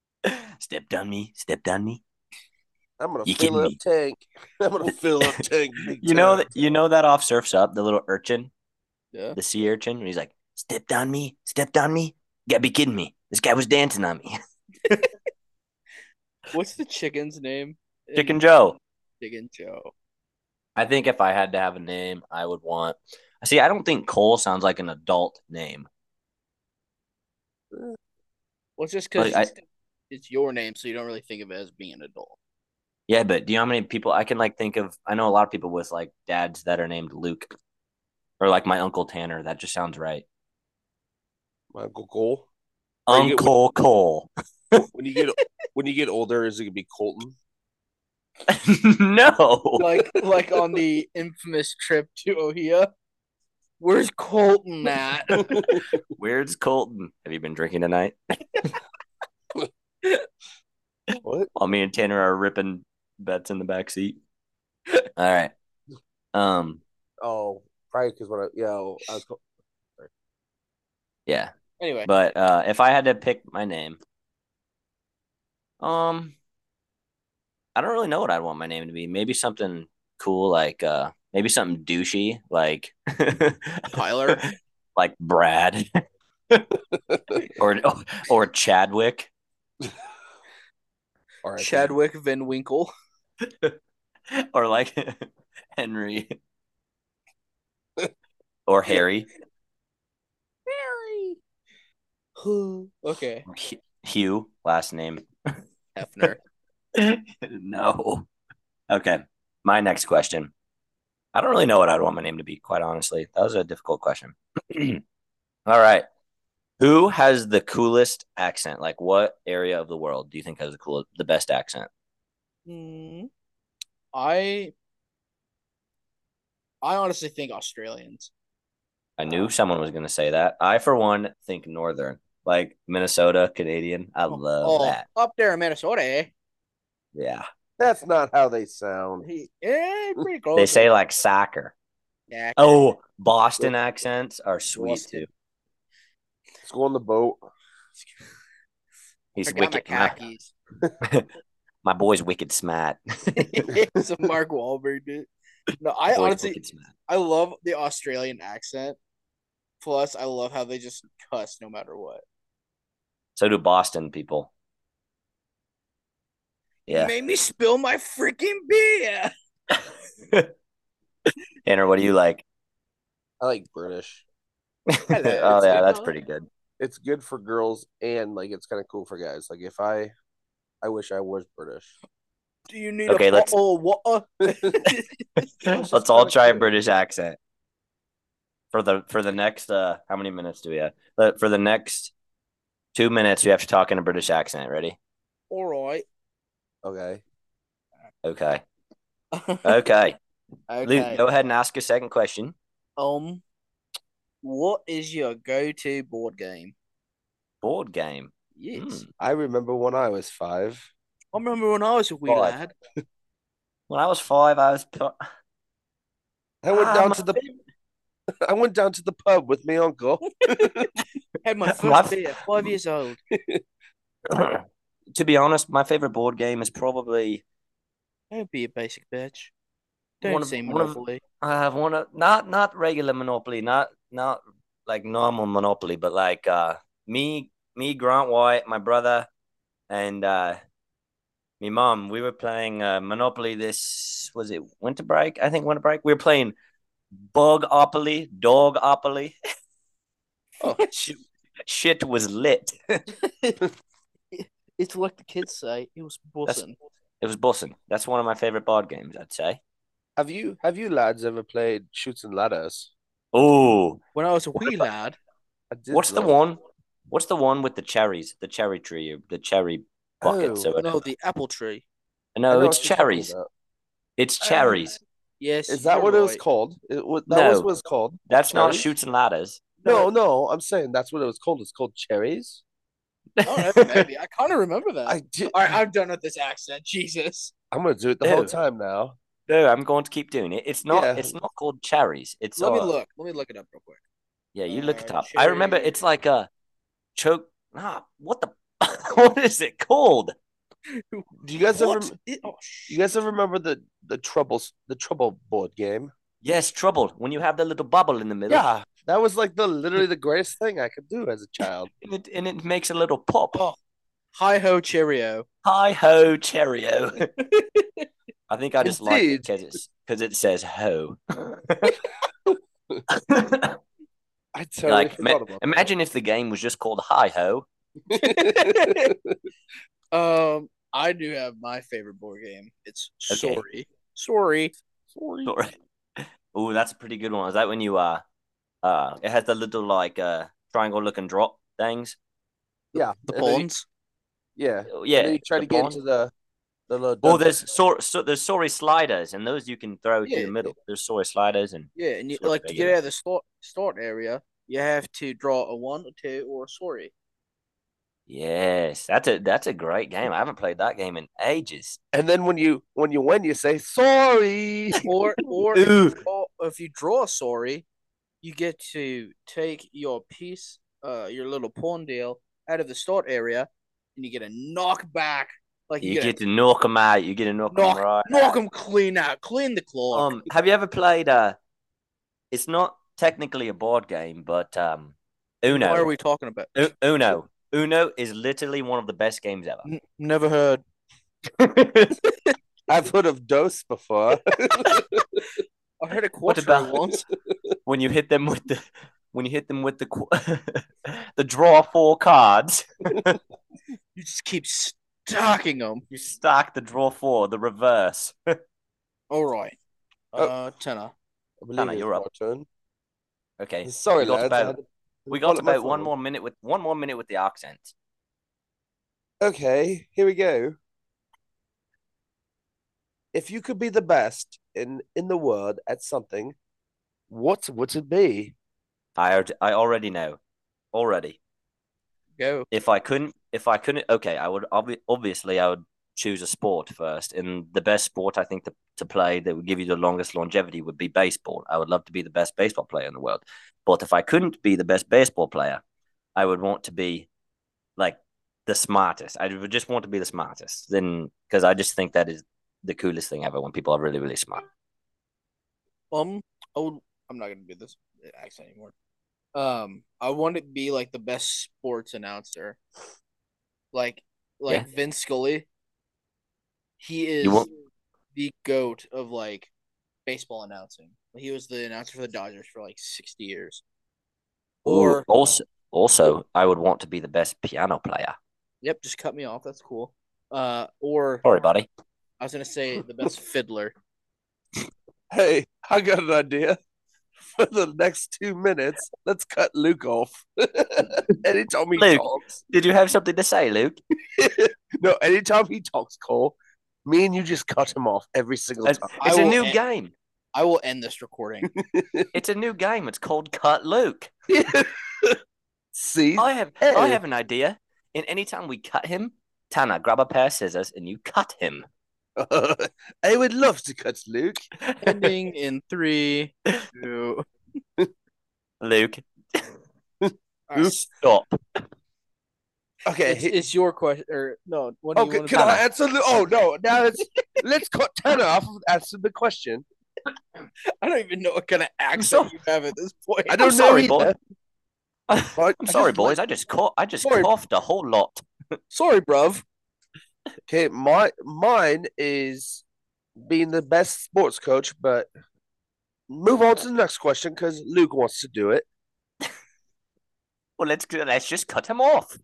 Speaker 3: stepped on me, stepped on me.
Speaker 1: I'm gonna
Speaker 3: You
Speaker 1: fill
Speaker 3: kidding
Speaker 1: up
Speaker 3: me?
Speaker 1: tank. I'm gonna fill up tank. big
Speaker 3: You know
Speaker 1: time.
Speaker 3: that you know that off surfs up the little urchin,
Speaker 2: Yeah.
Speaker 3: the sea urchin. He's like, stepped on me, stepped on me. You gotta be kidding me. This guy was dancing on me.
Speaker 2: What's the chicken's name? in
Speaker 3: Chicken Joe.
Speaker 2: Chicken Joe.
Speaker 3: I think if I had to have a name, I would want. See, I don't think Cole sounds like an adult name.
Speaker 2: Well, it's just because
Speaker 3: Like, I-
Speaker 2: it's, it's your name, so you don't really think of it as being an adult.
Speaker 3: Yeah, but do you know how many people I can like think of? I know a lot of people with like dads that are named Luke, or like my uncle Tanner. That just sounds right.
Speaker 1: My Uncle Cole. Are you-
Speaker 3: Uncle Cole.
Speaker 1: When you get when you get older, is it gonna be Colton?
Speaker 3: no.
Speaker 2: Like like on the infamous trip to Ohia. Where's Colton at?
Speaker 3: Where's Colton? Have you been drinking tonight?
Speaker 1: What?
Speaker 3: While me and Tanner are ripping bets in the back seat. All right. Um.
Speaker 1: Oh, probably because when I yeah, well, I was co-
Speaker 3: Yeah.
Speaker 2: anyway,
Speaker 3: But uh, if I had to pick my name, um, I don't really know what I'd want my name to be. Maybe something cool, like uh, maybe something douchey, like
Speaker 2: Tyler.
Speaker 3: like Brad, or or Chadwick.
Speaker 1: RIP.
Speaker 2: Chadwick Van Winkle.
Speaker 3: or like Henry or Harry
Speaker 2: okay.
Speaker 3: or Hu- Hugh last name.
Speaker 2: Hefner.
Speaker 3: no. Okay. My next question. I don't really know what I'd want my name to be, quite honestly. That was a difficult question. All right. Who has the coolest accent? Like what area of the world do you think has the coolest the best accent?
Speaker 2: Hmm. I I honestly think Australians.
Speaker 3: I
Speaker 2: Uh,
Speaker 3: knew someone was gonna say that. I for one think northern. Like Minnesota, Canadian. I love
Speaker 2: oh,
Speaker 3: that.
Speaker 2: Up there in Minnesota, eh?
Speaker 3: Yeah.
Speaker 1: That's not how they sound.
Speaker 2: He, eh, pretty close.
Speaker 3: They say like soccer.
Speaker 2: Yeah.
Speaker 3: Oh, Boston accents are sweet
Speaker 1: Boston.
Speaker 3: too.
Speaker 1: Let's go on the boat.
Speaker 3: He's
Speaker 2: Forgot my
Speaker 3: wicked. My,
Speaker 2: khakis.
Speaker 3: my boy's wicked smart.
Speaker 2: it's a Mark Wahlberg dude. No, I
Speaker 3: Boy's
Speaker 2: honestly,
Speaker 3: wicked smart.
Speaker 2: I love the Australian accent. Plus, I love how they just cuss no matter what.
Speaker 3: So do Boston people.
Speaker 2: You
Speaker 3: Yeah.
Speaker 2: made me spill my freaking beer.
Speaker 3: Tanner, what do you like?
Speaker 1: I like British.
Speaker 3: oh
Speaker 2: Hello,
Speaker 3: yeah, that's
Speaker 2: Tanner.
Speaker 3: pretty good.
Speaker 1: It's good for girls and like it's kind of cool for guys. Like if I, I wish I was British.
Speaker 2: Do you need
Speaker 3: Okay,
Speaker 2: a
Speaker 3: let's-
Speaker 2: bottle of water?
Speaker 1: That's
Speaker 3: Let's
Speaker 1: just
Speaker 3: all
Speaker 1: kinda
Speaker 3: try a
Speaker 1: cute.
Speaker 3: British accent. For the for the next uh how many minutes do we have? But For the next two minutes you have to talk in a British accent. Ready?
Speaker 2: All right.
Speaker 1: Okay.
Speaker 3: Okay. Okay. Luke,
Speaker 2: okay.
Speaker 3: go ahead and ask your second question.
Speaker 2: Um, what is your go-to board game?
Speaker 3: Board game.
Speaker 2: Yes,
Speaker 3: Hmm.
Speaker 1: I remember when I was five.
Speaker 2: I remember when I was a wee
Speaker 3: Five.
Speaker 2: lad.
Speaker 3: When I was five, I was pl-
Speaker 1: I went
Speaker 3: Ah,
Speaker 1: down
Speaker 3: my
Speaker 1: to the I went down to the pub with my uncle.
Speaker 2: Had my
Speaker 3: My
Speaker 2: first
Speaker 3: f-
Speaker 2: beer, five years old.
Speaker 3: to be honest, my favorite board game is probably
Speaker 2: Don't be a basic bitch. Don't
Speaker 3: One of-
Speaker 2: say
Speaker 3: one of-
Speaker 2: monopoly.
Speaker 3: I have one of not not regular Monopoly, not not like normal Monopoly, but like uh me me Grant White, my brother, and uh me mom. We were playing uh, Monopoly. This was it winter break? I think winter break. We were playing Bugopoly, Dogopoly.
Speaker 1: Oh.
Speaker 3: shit, shit was lit.
Speaker 2: It's like the kids say. It was bussing.
Speaker 3: It was bussin'. That's one of my favorite board games. I'd say.
Speaker 1: Have you have you lads ever played shoots and ladders?
Speaker 3: Oh,
Speaker 2: When I was a wee
Speaker 3: about-
Speaker 2: lad,
Speaker 1: I did
Speaker 3: What's the
Speaker 1: love-
Speaker 3: one? What's the one with the cherries? The cherry tree, the cherry bucket.
Speaker 1: Oh,
Speaker 3: so it,
Speaker 2: no,
Speaker 3: no,
Speaker 2: the apple tree.
Speaker 1: I know
Speaker 3: it's
Speaker 1: what you're talking
Speaker 3: cherries.
Speaker 1: about.
Speaker 3: It's
Speaker 1: Uh,
Speaker 3: cherries.
Speaker 2: Yes,
Speaker 1: Is that
Speaker 2: you're
Speaker 1: what it was
Speaker 2: right.
Speaker 1: called? It was, that was
Speaker 3: No.
Speaker 1: what it's called.
Speaker 3: That's not
Speaker 1: Cherries?
Speaker 3: shoots and ladders.
Speaker 1: No, no, I'm saying that's what it was called. It's called cherries.
Speaker 2: I don't know, maybe. I kind of remember that.
Speaker 1: I did,
Speaker 2: All right, I'm done with this accent. Jesus.
Speaker 1: I'm gonna do it the whole
Speaker 3: Ew.
Speaker 1: time now.
Speaker 3: No, I'm going to keep doing it. It's not.
Speaker 1: Yeah.
Speaker 3: It's not called cherries. It's
Speaker 2: Let me
Speaker 3: uh,
Speaker 2: look. Let me look it up real quick.
Speaker 3: Yeah, you look it
Speaker 2: Uh,
Speaker 3: up. I remember.
Speaker 2: cherry-
Speaker 3: It's like a choke. Nah, what the? what is it called?
Speaker 1: Do you guys
Speaker 3: What?
Speaker 1: ever
Speaker 3: It- oh, sh-
Speaker 1: you guys ever remember the the troubles the trouble board game?
Speaker 3: yes, trouble when you have the little bubble in the middle.
Speaker 1: Yeah, that was like the literally the greatest thing I could do as a child.
Speaker 3: and it, and it makes a little pop.
Speaker 2: Oh. Hi ho, cheerio.
Speaker 3: Hi ho, cheerio. I think I just like it
Speaker 1: Indeed.
Speaker 3: because it's because it says ho.
Speaker 1: I totally
Speaker 3: like, ma-
Speaker 1: forgot about that.
Speaker 3: imagine if the game was just called hi ho.
Speaker 2: Um, I do have my favorite board game. It's
Speaker 3: Okay.
Speaker 2: sorry, sorry.
Speaker 1: Sorry.
Speaker 3: oh, that's a pretty good one. Is that when you uh uh it has the little like uh triangle looking drop things?
Speaker 1: Yeah,
Speaker 2: The
Speaker 1: and then you-
Speaker 2: Bonds.
Speaker 1: yeah,
Speaker 3: Oh,
Speaker 1: yeah.
Speaker 3: Yeah.
Speaker 1: you try
Speaker 3: the
Speaker 1: to get
Speaker 3: bond.
Speaker 1: into the the little.
Speaker 3: Oh,
Speaker 1: dungeon.
Speaker 3: there's sor- so there's sorry sliders, and those you can throw
Speaker 2: Yeah,
Speaker 3: through
Speaker 2: yeah.
Speaker 3: the middle. There's sorry sliders, and
Speaker 2: Yeah, and you,
Speaker 3: Sort of
Speaker 2: like to get
Speaker 3: regular.
Speaker 2: out of the start start area, you have to draw a one, a two, or a sorry.
Speaker 3: yes, that's a that's a great game. I haven't played that game in ages.
Speaker 1: and then when you when you win, you say sorry.
Speaker 2: Or or if you
Speaker 3: Ooh.
Speaker 2: draw, if you draw a sorry, you get to take your piece, uh, your little pawn deal out of the start area, and you get a knockback. Like you,
Speaker 3: You
Speaker 2: get,
Speaker 3: get to knock 'em out. You get to knock 'em
Speaker 2: Knock-
Speaker 3: right.
Speaker 2: to knock them clean out, clean the clock.
Speaker 3: Um, have you ever played? Uh, it's not technically a board game, but um, Uno.
Speaker 2: What are we talking about?
Speaker 3: U- Uno. Uno is literally one of the best games ever.
Speaker 2: N- never heard.
Speaker 1: I've heard of dose before.
Speaker 2: I heard a
Speaker 3: What
Speaker 2: quarter
Speaker 3: about-
Speaker 2: once.
Speaker 3: when you hit them with the when you hit them with the qu- the draw four cards,
Speaker 2: You just keep stocking them.
Speaker 3: you stack the draw four, the reverse.
Speaker 2: All right.
Speaker 1: Oh.
Speaker 2: Uh,
Speaker 1: I
Speaker 2: tenor.
Speaker 1: believe
Speaker 3: Tanner,
Speaker 1: it's
Speaker 3: you're up.
Speaker 1: my turn.
Speaker 3: Okay,
Speaker 1: Sorry,
Speaker 3: we got
Speaker 1: lads. I
Speaker 3: about-
Speaker 1: had to
Speaker 3: we
Speaker 1: pull
Speaker 3: got
Speaker 1: up my
Speaker 3: about one
Speaker 1: phone.
Speaker 3: more minute with one more minute with the accent.
Speaker 1: Okay, here we go. If you could be the best in in the world at something, what would it be?
Speaker 3: I al- I already know, already.
Speaker 2: Go.
Speaker 3: If I couldn't, if I couldn't, okay, I would obvi- obviously I would choose a sport first, and the best sport I think to, to play that would give you the longest longevity would be baseball. I would love to be the best baseball player in the world, but if I couldn't be the best baseball player, I would want to be like the smartest. I would just want to be the smartest, then because I just think that is the coolest thing ever when people are really really smart.
Speaker 2: Um, I would, I'm not gonna do this accent anymore. Um, I want to be like the best sports announcer, like like Vince Scully. He is
Speaker 3: want-
Speaker 2: the goat of like baseball announcing. He was the announcer for the Dodgers for like sixty years. Or
Speaker 3: Or also also I would want to be the best piano player.
Speaker 2: yep, just cut me off. That's cool. Uh, or
Speaker 3: Sorry, buddy.
Speaker 2: I was gonna say the best fiddler.
Speaker 1: Hey, I got an idea. For the next two minutes, let's cut Luke off. anytime he
Speaker 3: Luke.
Speaker 1: talks,
Speaker 3: Did you have something to say, Luke?
Speaker 1: no, anytime he talks, Cole, me and you just cut him off every single
Speaker 3: It's,
Speaker 1: time.
Speaker 2: I
Speaker 3: it's a
Speaker 2: will
Speaker 3: new
Speaker 2: end-
Speaker 3: game.
Speaker 2: I will end this recording.
Speaker 3: It's a new game. It's called Cut Luke.
Speaker 1: See,
Speaker 3: I have I
Speaker 1: Hey.
Speaker 3: have an idea. And anytime we cut him, Tana, grab a pair of scissors and you cut him.
Speaker 1: I would love to cut Luke.
Speaker 2: Ending in three, two.
Speaker 3: Luke,
Speaker 2: all right.
Speaker 3: stop.
Speaker 1: Okay,
Speaker 2: It's,
Speaker 1: he-
Speaker 2: it's your question, or no? What do you
Speaker 1: okay.
Speaker 2: want
Speaker 1: Can
Speaker 2: to
Speaker 1: I answer? Lu- oh no, now it's let's cut Tanner off and answer the question.
Speaker 2: I don't even know what kind of
Speaker 3: sorry.
Speaker 2: accent you have at this point.
Speaker 1: I don't know
Speaker 3: sorry,
Speaker 1: either.
Speaker 3: boy.
Speaker 1: Right,
Speaker 3: I'm
Speaker 1: I
Speaker 3: sorry,
Speaker 1: just like-
Speaker 3: boys. I just caught I just
Speaker 1: Sorry.
Speaker 3: coughed a whole lot.
Speaker 2: Sorry, bruv.
Speaker 1: Okay, my mine is being the best sports coach, but move on to the next question because Luke wants to do it.
Speaker 3: Well, let's let's just cut him off.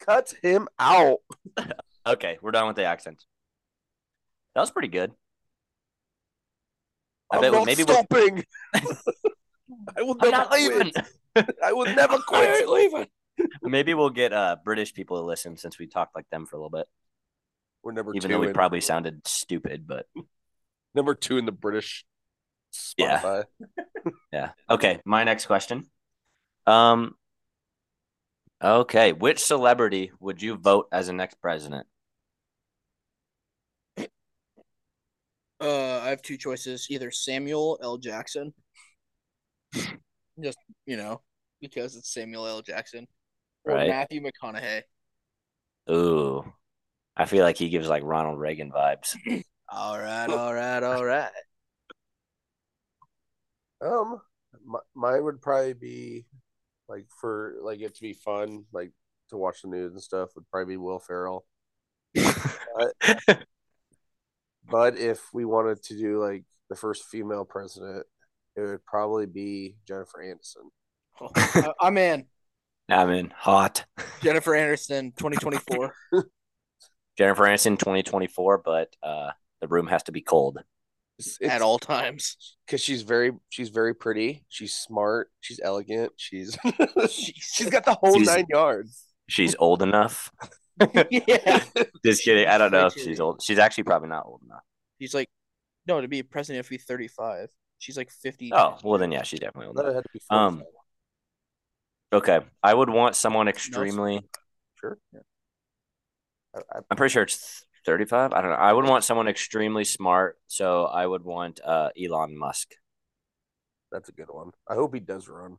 Speaker 1: Cut him out.
Speaker 3: Okay, we're done with the accent. That was pretty good. I
Speaker 1: I'm
Speaker 3: bet we-
Speaker 1: not
Speaker 3: maybe we'll-
Speaker 1: stopping. I will
Speaker 3: I'm
Speaker 1: never
Speaker 3: not
Speaker 1: quit.
Speaker 3: leaving.
Speaker 1: I will never quit.
Speaker 3: Maybe we'll get uh, British people to listen since we talked like them for a little bit,
Speaker 1: We're number
Speaker 3: even
Speaker 1: two.
Speaker 3: though we
Speaker 1: in,
Speaker 3: probably sounded stupid. But
Speaker 1: number two in the British.
Speaker 3: Yeah.
Speaker 1: Spotify.
Speaker 3: Yeah. Okay. My next question. Um. Okay, which celebrity would you vote as the next president?
Speaker 2: Uh, I have two choices: either Samuel L. Jackson, just you know, because it's Samuel L. Jackson, or
Speaker 3: Right.
Speaker 2: Matthew McConaughey.
Speaker 3: Ooh, I feel like he gives like Ronald Reagan vibes.
Speaker 2: All right, all right, all right.
Speaker 1: Um, my, mine would probably be like for like it to be fun, like to watch the news and stuff would probably be Will Ferrell. but, but if we wanted to do like the first female president, it would probably be Jennifer Aniston.
Speaker 2: Oh, I- I'm in.
Speaker 3: I'm in hot.
Speaker 2: Jennifer Anderson, 2024.
Speaker 3: Jennifer Aniston 2024, but uh, the room has to be cold.
Speaker 2: at all times.
Speaker 1: because she's very she's very pretty. She's smart. She's elegant. She's
Speaker 2: Jeez.
Speaker 1: she's got the whole
Speaker 3: She's-
Speaker 1: nine yards.
Speaker 3: She's old enough.
Speaker 2: yeah.
Speaker 3: Just kidding. I don't know if
Speaker 2: She's
Speaker 3: she's old. She's actually probably not old enough.
Speaker 2: He's like, no, to be a president, you have to be 35. She's like 50.
Speaker 3: Oh, well then yeah, she's definitely old
Speaker 1: That
Speaker 3: enough.
Speaker 1: had to be
Speaker 3: Um,
Speaker 1: 45.
Speaker 3: Okay. I would want someone extremely
Speaker 1: sure. Yeah. I, I,
Speaker 3: I'm pretty sure it's 35. I don't know. I would want someone extremely smart, so I would want uh, Elon Musk.
Speaker 1: that's a good one. I hope he does run.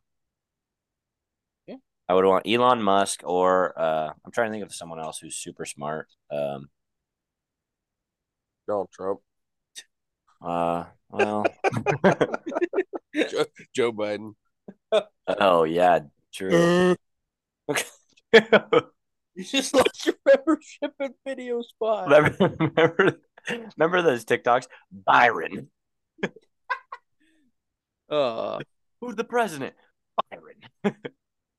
Speaker 3: I would want Elon Musk or uh, I'm trying to think of someone else who's super smart. Um,
Speaker 1: Donald Trump,
Speaker 3: uh, well,
Speaker 1: Joe, Joe Biden.
Speaker 3: oh yeah,
Speaker 2: Oh.
Speaker 3: true.
Speaker 2: You just lost your membership at Video Spot.
Speaker 3: remember, remember, remember those TikToks? Byron,
Speaker 2: Uh,
Speaker 3: who's the president? Byron.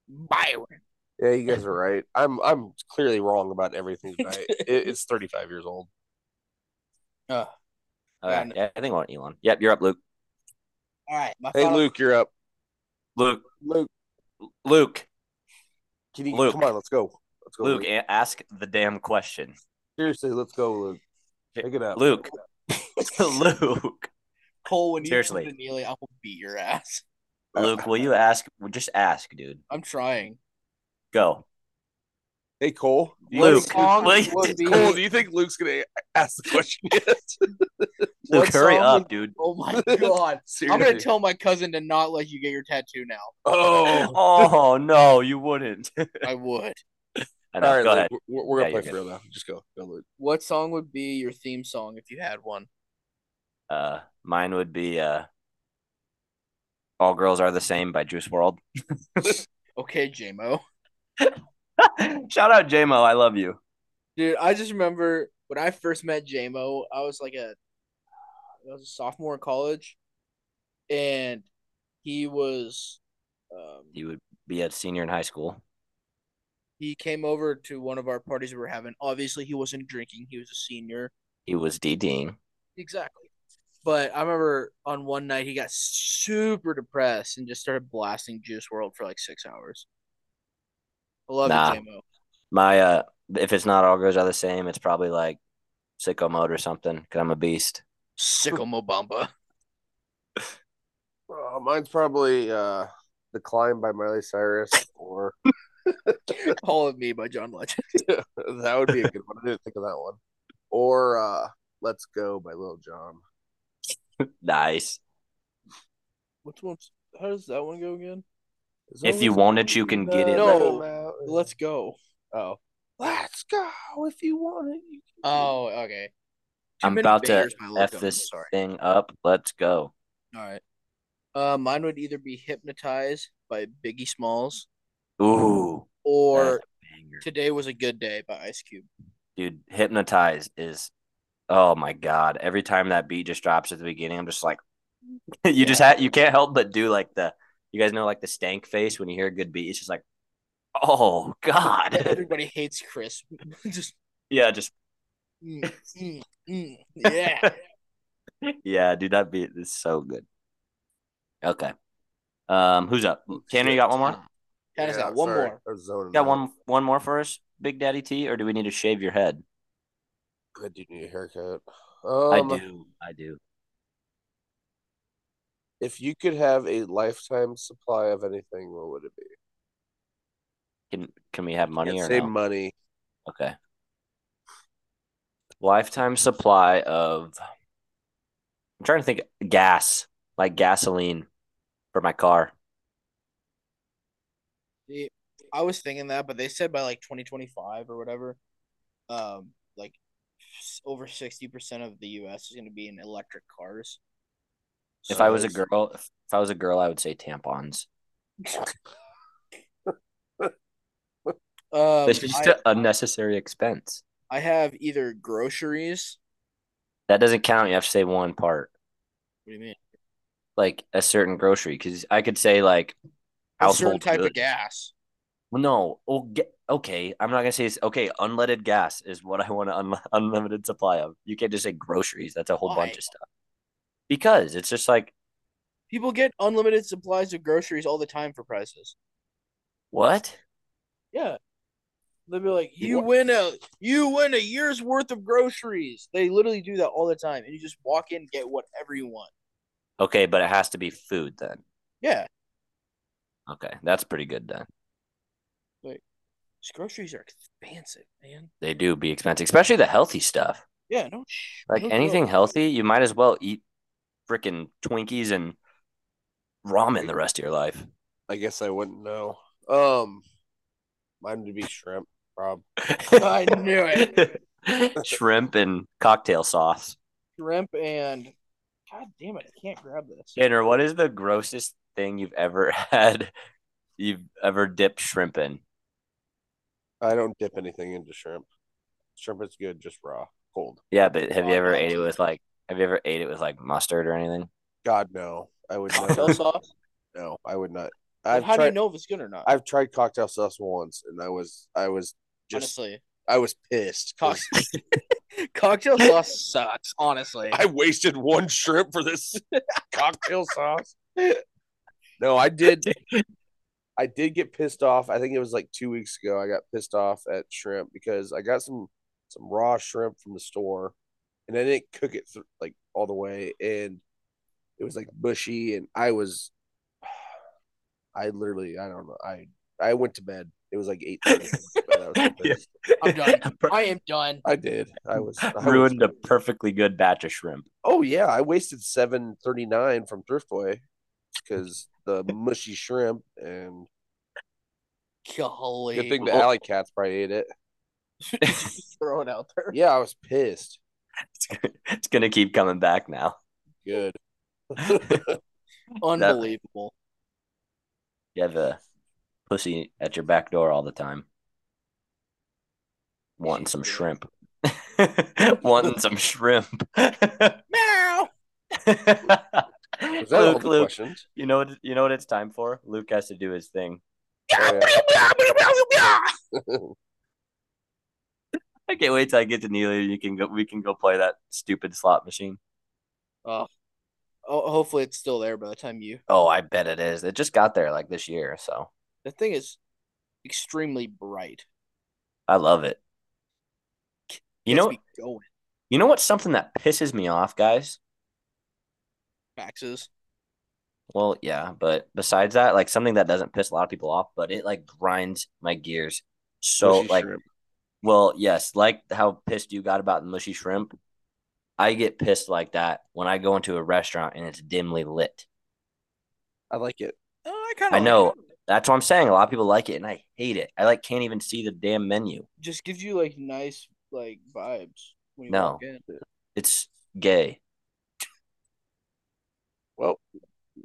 Speaker 2: Byron.
Speaker 1: Yeah, you guys are right. I'm I'm clearly wrong about everything tonight. it, it's 35 years old.
Speaker 2: Uh,
Speaker 3: Okay, yeah, I think I want Elon. Yep, you're up, Luke.
Speaker 2: all right. My
Speaker 1: Hey,
Speaker 2: final-
Speaker 1: Luke, you're up.
Speaker 3: Luke,
Speaker 1: Luke,
Speaker 3: Luke,
Speaker 1: can you
Speaker 3: Luke.
Speaker 1: come on? Let's go. Let's go.
Speaker 3: Luke. a- Ask the damn question,
Speaker 1: Seriously, let's go, Luke. Pick it up.
Speaker 3: Luke. Luke,
Speaker 2: Cole, when you
Speaker 3: Seriously.
Speaker 2: come to Neely, I will beat your ass.
Speaker 3: Luke, will you ask? Just ask, dude.
Speaker 2: I'm trying.
Speaker 3: Go.
Speaker 1: Hey, Cole. do you
Speaker 3: Luke,
Speaker 1: think-
Speaker 2: song
Speaker 3: will you-
Speaker 2: would be-
Speaker 1: Cole, do you think Luke's gonna ask the question? Yet?
Speaker 3: Luke,
Speaker 2: What
Speaker 3: hurry
Speaker 2: song
Speaker 3: up, dude.
Speaker 2: Oh my god. I'm
Speaker 1: Seriously.
Speaker 2: gonna tell my cousin to not let you get your tattoo now.
Speaker 1: Oh,
Speaker 3: Oh no, you wouldn't. I
Speaker 2: I would.
Speaker 3: know.
Speaker 1: all right.
Speaker 3: Go
Speaker 1: Luke,
Speaker 3: ahead.
Speaker 1: We're, we're gonna
Speaker 3: Yeah,
Speaker 1: play
Speaker 3: you're
Speaker 1: for real now. Just go, go, Luke.
Speaker 2: What song would be your theme song if you had one?
Speaker 3: Uh, mine would be uh, "All Girls Are the Same" by Juice World.
Speaker 2: Okay, JMO.
Speaker 3: Shout out JMO, I love you.
Speaker 2: Dude, I just remember when I first met JMO, I was like a uh, I was a sophomore in college and he was um,
Speaker 3: You would be a senior in high school.
Speaker 2: he came over to one of our parties we were having. Obviously, he wasn't drinking. He was a senior.
Speaker 3: He was DDing.
Speaker 2: Exactly. But I remember on one night he got super depressed and just started blasting Juice World for like six hours. I love
Speaker 3: Nah.
Speaker 2: you, JMO.
Speaker 3: My uh, if it's not all girls are the same, it's probably like sicko mode or something. Cause I'm a beast.
Speaker 2: Sicko Mobamba.
Speaker 1: Uh, mine's probably uh, "The Climb" by Miley Cyrus, or
Speaker 2: All of Me by John Legend.
Speaker 1: that would be a good one. I didn't think of that one. Or uh, "Let's Go" by Lil Jon.
Speaker 3: Nice.
Speaker 2: Which one's how does that one go again?
Speaker 3: If you want it, you can get it.
Speaker 1: No, let's
Speaker 2: Let's go. Oh.
Speaker 1: let's go. If you want it, you can get it.
Speaker 2: Oh, okay. Too
Speaker 3: I'm
Speaker 2: many
Speaker 3: about to
Speaker 2: bangers by Lil
Speaker 3: f
Speaker 2: Jon, I'm
Speaker 3: this
Speaker 2: Sorry.
Speaker 3: thing up. Let's go.
Speaker 2: All right. Uh, mine would either be "Hypnotized" by Biggie Smalls
Speaker 3: Ooh,
Speaker 2: or
Speaker 3: that's a banger.
Speaker 2: "Today Was a Good Day" by Ice Cube.
Speaker 3: dude, hypnotized is. Oh my god! Every time that beat just drops at the beginning, I'm just like, you just ha- you can't help but do like the. You guys know like the stank face when you hear a good beat. It's just like, oh god.
Speaker 2: Everybody hates Chris. Just
Speaker 3: yeah, just
Speaker 2: mm, mm, mm. yeah.
Speaker 3: yeah, dude, that beat is so good. Okay. Um, who's up? Tanner, you got one more?
Speaker 2: Tanner's got one
Speaker 1: sorry.
Speaker 2: more.
Speaker 1: I was zoning
Speaker 3: Got
Speaker 1: out.
Speaker 3: one one more for us, Big Daddy T, or do we need to shave your head?
Speaker 1: I do need a haircut.
Speaker 3: I
Speaker 1: Um,
Speaker 3: do. I do.
Speaker 1: If you could have a lifetime supply of anything, what would it be?
Speaker 3: Can can we have money
Speaker 1: Can't
Speaker 3: or
Speaker 1: say
Speaker 3: no?
Speaker 1: money.
Speaker 3: Okay. Lifetime supply of I'm trying to think gas, like gasoline for my car.
Speaker 2: I was thinking that, but they said by like 2025 or whatever. Um, like s- over sixty percent of the U.S. is going to be in electric cars.
Speaker 3: If
Speaker 2: So
Speaker 3: I was a
Speaker 2: it's-
Speaker 3: girl, if I was a girl, I would say tampons.
Speaker 2: um,
Speaker 3: it's just
Speaker 2: I,
Speaker 3: an unnecessary expense.
Speaker 2: I have either groceries.
Speaker 3: That doesn't count. You have to say one part,
Speaker 2: What do you mean?
Speaker 3: like a certain grocery, because I could say like
Speaker 2: A certain
Speaker 3: household
Speaker 2: type of
Speaker 3: goods.
Speaker 2: gas.
Speaker 3: Well, no, oh, ge- okay. I'm not gonna say it's okay. Unleaded gas is what I want an unli- unlimited supply of. You can't just say groceries. That's a whole
Speaker 2: Why?
Speaker 3: bunch of stuff. Because it's just like
Speaker 2: People get unlimited supplies of groceries all the time for prices.
Speaker 3: what?
Speaker 2: Yeah. They'll be like,
Speaker 3: You
Speaker 2: you win a you win a year's worth of groceries. They literally do that all the time, and you just walk in, and get whatever you want.
Speaker 3: Okay, but it has to be food then.
Speaker 2: Yeah,
Speaker 3: Okay, that's pretty good then.
Speaker 2: these groceries are expensive, man.
Speaker 3: They do be expensive, especially the healthy stuff.
Speaker 2: Yeah, no, sh-
Speaker 3: Like
Speaker 2: no joke.
Speaker 3: anything healthy, you might as well eat freaking Twinkies and ramen the rest of your life.
Speaker 1: I guess I wouldn't know. Um, mine would be shrimp, Rob.
Speaker 2: I knew it.
Speaker 3: Shrimp and cocktail sauce.
Speaker 2: Shrimp and God damn it, I can't grab this.
Speaker 3: Tanner, what is the grossest thing you've ever had? You've ever dipped shrimp in?
Speaker 1: I don't dip anything into shrimp. Shrimp is good just raw, cold.
Speaker 3: Yeah, but have you
Speaker 2: Oh,
Speaker 3: ever
Speaker 2: no.
Speaker 3: ate it with like? Have you ever ate it with like mustard or anything?
Speaker 1: God no, I would
Speaker 2: Shell
Speaker 1: never.
Speaker 2: sauce.
Speaker 1: no, I would not.
Speaker 2: But
Speaker 1: I've
Speaker 2: how do
Speaker 1: tried.
Speaker 2: you know if it's good or not?
Speaker 1: I've tried cocktail sauce once, and I was I was just
Speaker 2: honestly,
Speaker 1: I was pissed. 'cause
Speaker 2: cocktail sauce sucks. Honestly,
Speaker 1: I wasted one shrimp for this cocktail sauce. No, I did. I did get pissed off. I think it was like two weeks ago. I got pissed off at shrimp because I got some some raw shrimp from the store, and I didn't cook it through like all the way, and it was like bushy, and I was, I literally, I don't know, I I went to bed. It was like eight.
Speaker 3: Yeah.
Speaker 2: I'm done. I am done.
Speaker 1: I did. I was I was-
Speaker 3: Ruined a perfectly good batch of shrimp.
Speaker 1: Oh yeah, I wasted seven thirty nine from Thriftway because the mushy shrimp and Oh.
Speaker 2: Golly,
Speaker 1: good thing the alley cats probably ate it.
Speaker 2: throw it out there.
Speaker 1: Yeah, I was pissed.
Speaker 3: It's gonna keep coming back now.
Speaker 1: Good.
Speaker 2: Unbelievable.
Speaker 3: You have a pussy at your back door all the time, wanting some shrimp, wanting some shrimp.
Speaker 2: Meow.
Speaker 1: Was that all
Speaker 3: Luke,
Speaker 1: the
Speaker 3: Luke,
Speaker 1: questions?
Speaker 3: you know what? You know what it's time for. Luke has to do his thing.
Speaker 1: Oh,
Speaker 2: Oh,
Speaker 1: yeah.
Speaker 3: I can't wait till I get to Neely. You can go. We can go play that stupid slot machine.
Speaker 2: Oh, hopefully it's still there by the time you.
Speaker 3: Oh, I bet it is. It just got there like this year, so
Speaker 2: The thing is extremely bright.
Speaker 3: I love it. You
Speaker 2: Gets
Speaker 3: know,
Speaker 2: me going
Speaker 3: you know what's something that pisses me off, guys?
Speaker 2: taxes.
Speaker 3: Well, yeah, but besides that, like something that doesn't piss a lot of people off, but it like grinds my gears. So
Speaker 1: Mushy
Speaker 3: like,
Speaker 1: shrimp.
Speaker 3: well, yes, like how pissed you got about the mushy shrimp. I get pissed like that when I go into a restaurant and it's dimly lit.
Speaker 1: I like it.
Speaker 2: Oh, I kind
Speaker 3: I know. That's what I'm saying. A lot of people like it, and I hate it. I like can't even see the damn menu.
Speaker 2: Just gives you like nice like vibes when you
Speaker 3: No.
Speaker 2: walk in.
Speaker 3: It's gay.
Speaker 1: Well,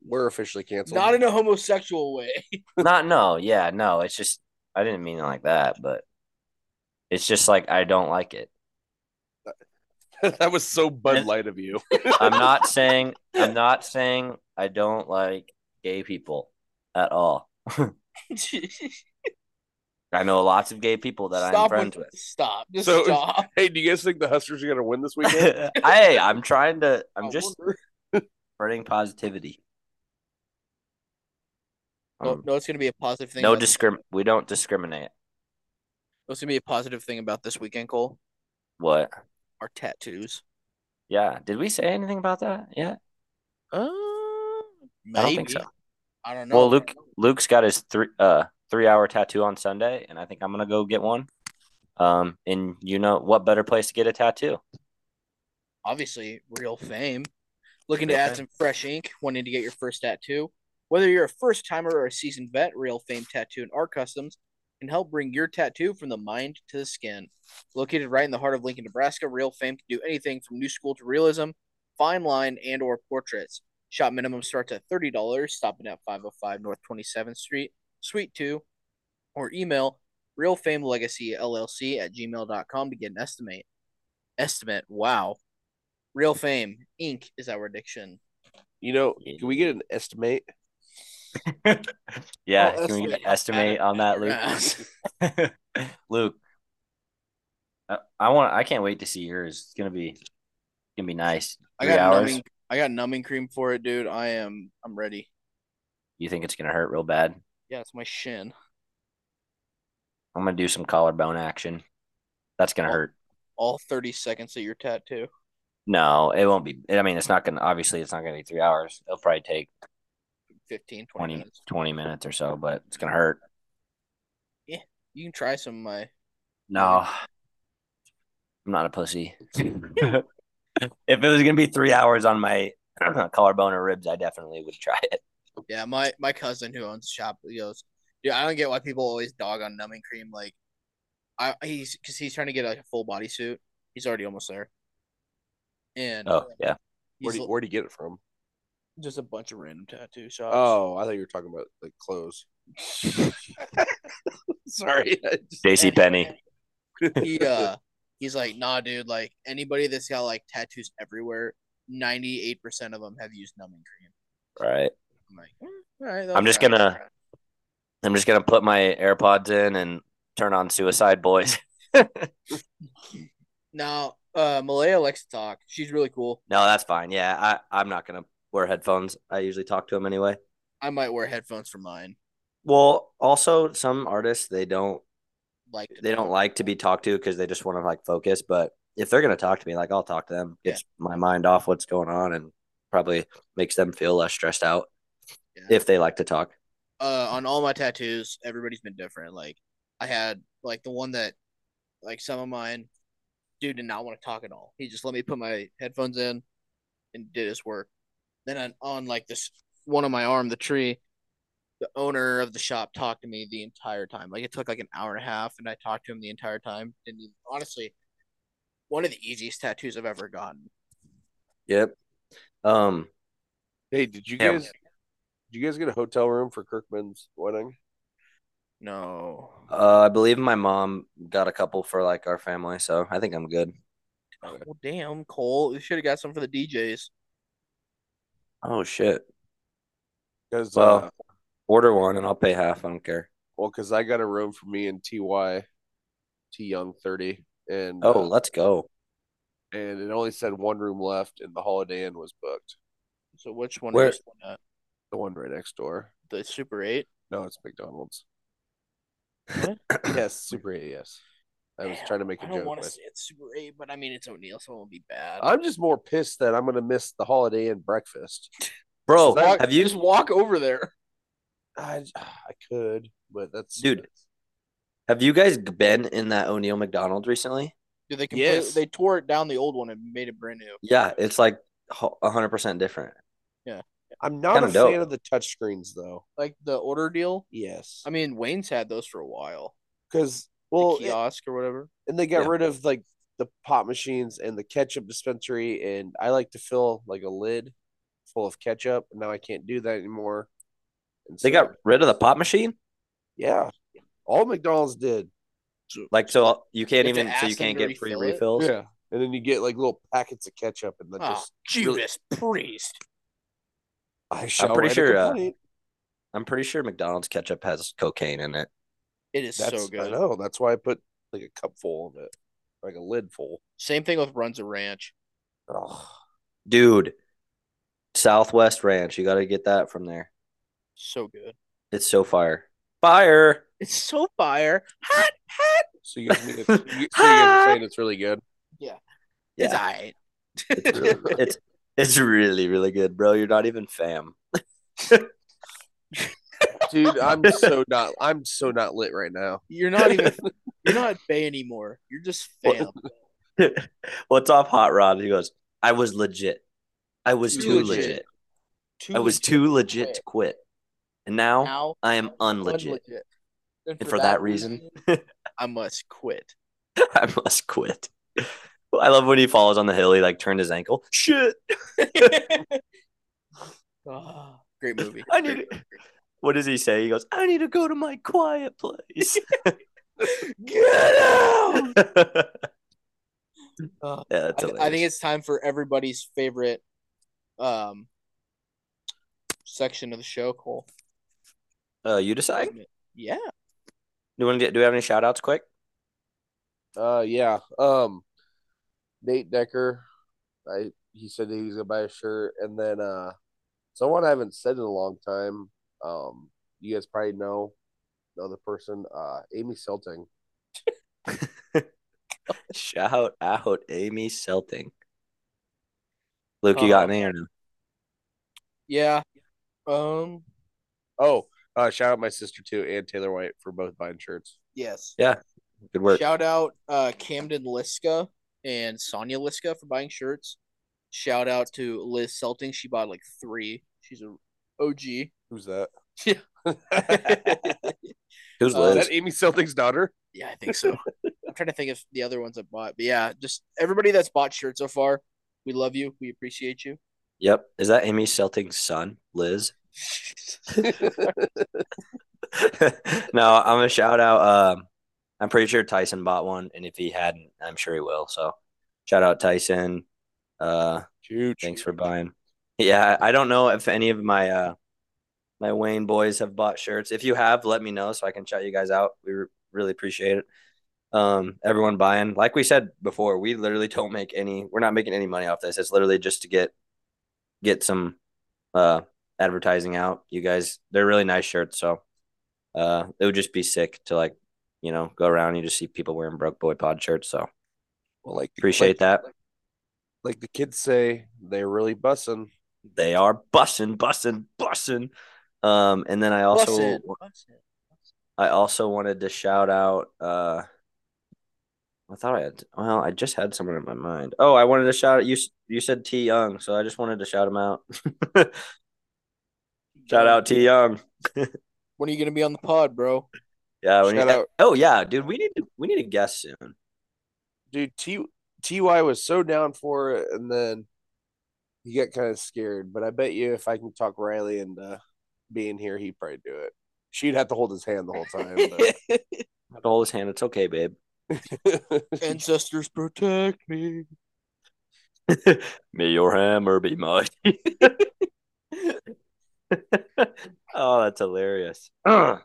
Speaker 1: we're officially canceled.
Speaker 2: Not in a homosexual way.
Speaker 3: Not no, yeah, no. It's just I didn't mean it like that, but it's just like I don't like it.
Speaker 1: that was so Bud Light of you.
Speaker 3: I'm not saying I'm not saying I don't like gay people at all. I know lots of gay people that I'm
Speaker 2: stop
Speaker 3: friends
Speaker 2: with,
Speaker 3: with.
Speaker 2: Stop. Just
Speaker 1: So-
Speaker 2: stop.
Speaker 1: hey, do you guys think the Huskers are gonna win this weekend?
Speaker 3: hey, I'm trying to I'm
Speaker 2: I
Speaker 3: just
Speaker 2: wonder-
Speaker 3: spreading positivity.
Speaker 2: no,
Speaker 3: Um,
Speaker 2: no, it's gonna be a positive thing.
Speaker 3: no
Speaker 2: about-
Speaker 3: discrim we don't discriminate.
Speaker 2: What's gonna be a positive thing about this weekend, Cole?
Speaker 3: What?
Speaker 2: Our tattoos.
Speaker 3: Yeah. Did we say anything about that yet?
Speaker 2: Uh,
Speaker 3: I don't think so.
Speaker 2: I don't know.
Speaker 3: Well, Luke Luke's got his three uh three hour tattoo on Sunday, and I think I'm gonna go get one. Um, and you know what better place to get a tattoo?
Speaker 2: obviously real fame. Looking
Speaker 3: Real
Speaker 2: to add
Speaker 3: fame.
Speaker 2: some fresh ink, wanting to get your first tattoo. Whether you're a first timer or a seasoned vet, Real Fame Tattoo and Art Customs can help bring your tattoo from the mind to the skin. Located right in the heart of Lincoln, Nebraska, Real Fame can do anything from new school to realism, fine line, and or portraits. Shop minimum starts at $30, stopping at 505 North 27th Street, Suite 2, or email realfamelegacyllc at gmail.com to get an estimate. Estimate, wow. Real Fame, Inc. is our addiction.
Speaker 1: You know, can we get an estimate?
Speaker 3: Yeah,
Speaker 2: Oh,
Speaker 3: can we
Speaker 2: estimate.
Speaker 3: get an estimate on that, Luke? Luke, I, I want. I can't wait to see yours. It's gonna be, gonna be nice.
Speaker 2: I
Speaker 3: Three
Speaker 2: got
Speaker 3: hours.
Speaker 2: numbing I got numbing cream for it, dude. I am I'm ready.
Speaker 3: You think it's gonna hurt real bad?
Speaker 2: Yeah, it's my shin.
Speaker 3: I'm gonna do some collarbone action. That's gonna
Speaker 2: Oh.
Speaker 3: hurt.
Speaker 2: All 30 seconds of your tattoo.
Speaker 3: No, it won't be. I mean, it's not gonna. Obviously, it's not gonna be three hours. It'll probably take
Speaker 2: 15, 20
Speaker 3: 20,
Speaker 2: minutes.
Speaker 3: 20 minutes or so, but it's gonna hurt.
Speaker 2: You can try some of my
Speaker 3: No, I'm not a pussy. if it was gonna be three hours on my collarbone or ribs, I definitely would try it.
Speaker 2: Yeah, my my cousin who owns a shop he goes, dude, I don't get why people always dog on numbing cream. Like, I he's because he's trying to get like a full body suit. He's already almost there, and
Speaker 3: Oh yeah.
Speaker 1: Where
Speaker 2: he's
Speaker 1: do, you,
Speaker 2: l- Uh,
Speaker 1: where do you get it from?
Speaker 2: just a bunch of random tattoo shops.
Speaker 1: Oh, I thought you were talking about like clothes. Sorry. I just-
Speaker 3: JC Penny.
Speaker 2: he uh, he's like, nah, dude. Like anybody that's got like tattoos everywhere, ninety eight percent of them have used numbing cream.
Speaker 3: Right.
Speaker 2: I'm like, "Mm, all right. that
Speaker 3: I'm
Speaker 2: was
Speaker 3: just
Speaker 2: all right,
Speaker 3: gonna-
Speaker 2: all right."
Speaker 3: I'm just gonna put my AirPods in and turn on Suicide Boys.
Speaker 2: Now, uh, Malaya likes to talk. She's really cool.
Speaker 3: No, that's fine. Yeah, I, I'm not gonna wear headphones. I usually talk to them anyway.
Speaker 2: I might wear headphones for mine.
Speaker 3: Well, also some artists they don't
Speaker 2: Like
Speaker 3: they don't like to be talked to because they just want to like focus. But if they're gonna talk to me, like I'll talk to them. Gets my mind off what's going on and probably makes them feel less stressed out
Speaker 2: Yeah.
Speaker 3: if they like to talk.
Speaker 2: uh on all my tattoos everybody's been different like i had like the one that like some of mine dude did not want to talk at all he just let me put my headphones in and did his work then on, on like this one on my arm the tree the owner of the shop talked to me the entire time like it took like an hour and a half and i talked to him the entire time and he, honestly one of the easiest tattoos i've ever gotten
Speaker 3: Yep. Um.
Speaker 1: Hey, did you
Speaker 3: Yeah.
Speaker 1: guys did you guys get a hotel room for Kirkman's wedding?
Speaker 2: no
Speaker 3: Uh, I believe my mom got a couple for like our family, so I think I'm good.
Speaker 2: well Oh, damn cole you should have got some for the djs
Speaker 3: Oh shit.
Speaker 1: Because
Speaker 3: Well-
Speaker 1: uh,
Speaker 3: Order one and I'll pay half. I don't care.
Speaker 1: well, because I got a room for me and Ty, T Young thirty, and
Speaker 3: Oh,
Speaker 1: uh,
Speaker 3: let's go.
Speaker 1: and it only said one room left, and the Holiday Inn was booked.
Speaker 2: so which one
Speaker 3: Where-
Speaker 2: is uh,
Speaker 1: The one right next door.
Speaker 2: the super eight
Speaker 1: No, it's McDonald's.
Speaker 2: What?
Speaker 1: yes, Super eight. Yes, I was
Speaker 2: Damn,
Speaker 1: trying to make a
Speaker 2: I
Speaker 1: joke.
Speaker 2: don't want to
Speaker 1: but-
Speaker 2: say it's Super 8, but I mean, it's O'Neal, so it won't be bad.
Speaker 1: I'm just more pissed that I'm gonna miss the Holiday Inn breakfast.
Speaker 3: Bro,
Speaker 1: Zach-
Speaker 3: have you
Speaker 2: Just walk over there.
Speaker 1: I I could, but that's
Speaker 3: Dude. have you guys been in that O'Neill McDonald's recently?
Speaker 2: Dude, they completely,
Speaker 1: Yes.
Speaker 2: they tore it down the old one and made it brand new.
Speaker 3: Yeah, it's like hundred percent different.
Speaker 1: I'm not a
Speaker 3: Kinda dope.
Speaker 1: fan of the touchscreens though.
Speaker 2: Like the order deal.
Speaker 1: Yes,
Speaker 2: I mean, Wayne's had those for a while.
Speaker 1: because
Speaker 2: Well,
Speaker 1: well,
Speaker 2: the kiosk or whatever.
Speaker 1: and they got
Speaker 3: Yeah.
Speaker 1: rid of like the pop machines and the ketchup dispensary and i like to fill like a lid full of ketchup and now i can't do that anymore and
Speaker 3: They
Speaker 1: so-
Speaker 3: got rid of the pop machine.
Speaker 1: yeah all mcdonald's did
Speaker 3: Like, so you can't
Speaker 2: You have to
Speaker 3: even so you
Speaker 2: ask them
Speaker 3: can't
Speaker 2: to
Speaker 3: get free
Speaker 2: refill it?
Speaker 3: refills.
Speaker 1: and then you get like little packets of ketchup and then
Speaker 2: Oh,
Speaker 1: just
Speaker 2: Judas Priest.
Speaker 1: i shall
Speaker 3: pretty
Speaker 1: write a
Speaker 3: sure, uh,
Speaker 1: complaint.
Speaker 3: I'm pretty sure McDonald's ketchup has cocaine in it.
Speaker 2: It is
Speaker 1: that's
Speaker 2: so
Speaker 1: i
Speaker 2: good.
Speaker 1: know that's why i put like a cup full of it like a lid full
Speaker 2: Same thing with Runs a Ranch.
Speaker 1: oh
Speaker 3: Dude, Southwest Ranch, you gotta get that from there.
Speaker 2: So good.
Speaker 3: It's so fire. Fire.
Speaker 2: It's so fire. Hot, hot.
Speaker 1: so you guys mean it's, you, so you guys are saying it's really good
Speaker 2: It's all right.
Speaker 3: It's really, it's it's really really good, bro. You're not even fam.
Speaker 1: dude i'm so not i'm so not lit right now
Speaker 2: You're not even, you're not Bay anymore. You're just
Speaker 3: What?
Speaker 2: fam.
Speaker 3: What's off hot rod? He goes, I was legit. I was
Speaker 2: Too
Speaker 3: too,
Speaker 2: legit.
Speaker 3: legit.
Speaker 2: Too
Speaker 3: I was
Speaker 2: legit
Speaker 3: too
Speaker 2: to
Speaker 3: legit
Speaker 2: quit.
Speaker 3: to quit. And now
Speaker 2: Now
Speaker 3: I am
Speaker 2: unlegit.
Speaker 3: unlegit. And for that reason-
Speaker 2: I must quit.
Speaker 3: I must quit. I love when he falls on the hill. He like turned his ankle. Shit.
Speaker 2: Ah, great movie.
Speaker 3: I need. What does he say? He goes, "I need to go to my quiet place."
Speaker 2: Get out!
Speaker 3: yeah,
Speaker 2: I,
Speaker 3: that's
Speaker 2: th-
Speaker 3: hilarious.
Speaker 2: I think it's time for everybody's favorite um section of the show, Cole.
Speaker 3: uh, you decide. Do
Speaker 2: Yeah.
Speaker 3: you want to get? Do we have any shout outs quick?
Speaker 1: Uh, yeah. Um, Nate Decker, I he said that he was gonna buy a shirt, and then uh, someone I haven't said in a long time. Um, you guys probably know the other person, uh, Amy Selting.
Speaker 3: Shout out Amy Selting. Luke, you got
Speaker 2: Uh,
Speaker 3: any or no?
Speaker 2: Yeah. Um
Speaker 1: Oh, uh, shout out my sister too, and Taylor White for both buying shirts.
Speaker 2: yes.
Speaker 3: Good work.
Speaker 2: Shout out uh Camden Liska and Sonia Liska for buying shirts. Shout out to Liz Selting. She bought like three. She's a OG.
Speaker 1: Who's that?
Speaker 2: Yeah.
Speaker 3: Who's
Speaker 2: uh,
Speaker 1: Is
Speaker 3: Liz?
Speaker 1: that Amy Selting's daughter?
Speaker 2: Yeah, I think so. I'm trying to think of the other ones I bought, but yeah, just everybody that's bought shirts so far, we love you. We appreciate you.
Speaker 3: Yep. Is that Amy Selting's son, Liz? no, I'm gonna shout out. Um, I'm pretty sure Tyson bought one, and if he hadn't, I'm sure he will. So, shout out Tyson. Uh,
Speaker 1: Huge.
Speaker 3: thanks for buying. Yeah, I don't know if any of my uh my Wayne boys have bought shirts. If you have, let me know so I can shout you guys out. We re- really appreciate it. Um, everyone buying. Like we said before, we literally don't make any. We're not making any money off this. It's literally just to get get some uh advertising out. You guys, they're really nice shirts, so uh it would just be sick to like, you know, go around and you just see people wearing broke boy pod shirts. So
Speaker 1: Well, like
Speaker 3: appreciate that.
Speaker 1: Like the kids say, they're really bussing.
Speaker 3: They are bussing, bussing, bussing. Um, and then I also
Speaker 2: Bussin', bussin'.
Speaker 3: I also wanted to shout out. Uh, I thought I had. Well, I just had someone in my mind. Oh, I wanted to shout out. You s- you said T Young, so I just wanted to shout him out. shout out T Young.
Speaker 2: When are you gonna be on the pod, bro?
Speaker 3: Yeah. we
Speaker 1: Shout
Speaker 3: need-
Speaker 1: out.
Speaker 3: Oh yeah, dude. We need to we need to guess soon.
Speaker 1: Dude, T TY was so down for it, and then he got kind of scared. But I bet you if I can talk Riley into being here, he'd probably do it. She'd have to hold his hand the whole time.
Speaker 3: Not to hold his hand. It's okay, babe.
Speaker 1: but-
Speaker 2: Ancestors protect me.
Speaker 3: May your hammer be mine. oh, that's hilarious. All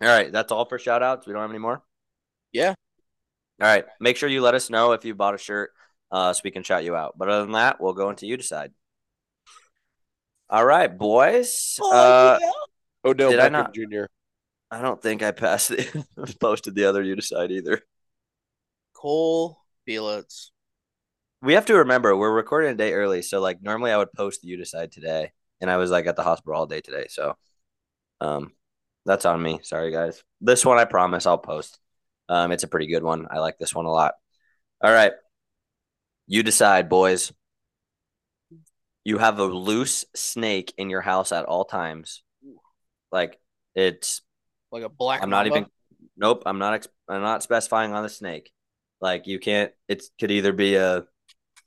Speaker 3: right, that's all for shout outs. We don't have any more.
Speaker 2: Yeah.
Speaker 3: All right. Make sure you let us know if you bought a shirt uh, so we can shout you out. But other than that, we'll go into you decide. All right, boys. uh,
Speaker 1: Odell
Speaker 3: Did I
Speaker 1: Beckham
Speaker 3: not-
Speaker 1: Jr.
Speaker 3: I don't think I passed the posted the other you decide either.
Speaker 2: Cole Felix.
Speaker 3: we have to remember we're recording a day early. So like normally I would post the you decide today, and I was like at the hospital all day today. So, um, that's on me. Sorry guys. This one I promise I'll post. Um, it's a pretty good one. I like this one a lot. All right, you decide, boys. You have a loose snake in your house at all times, like it's
Speaker 2: Like a black
Speaker 3: I'm not
Speaker 2: mamba.
Speaker 3: even. Nope, I'm not. Ex- I'm not specifying on the snake. Like you can't. It could either be a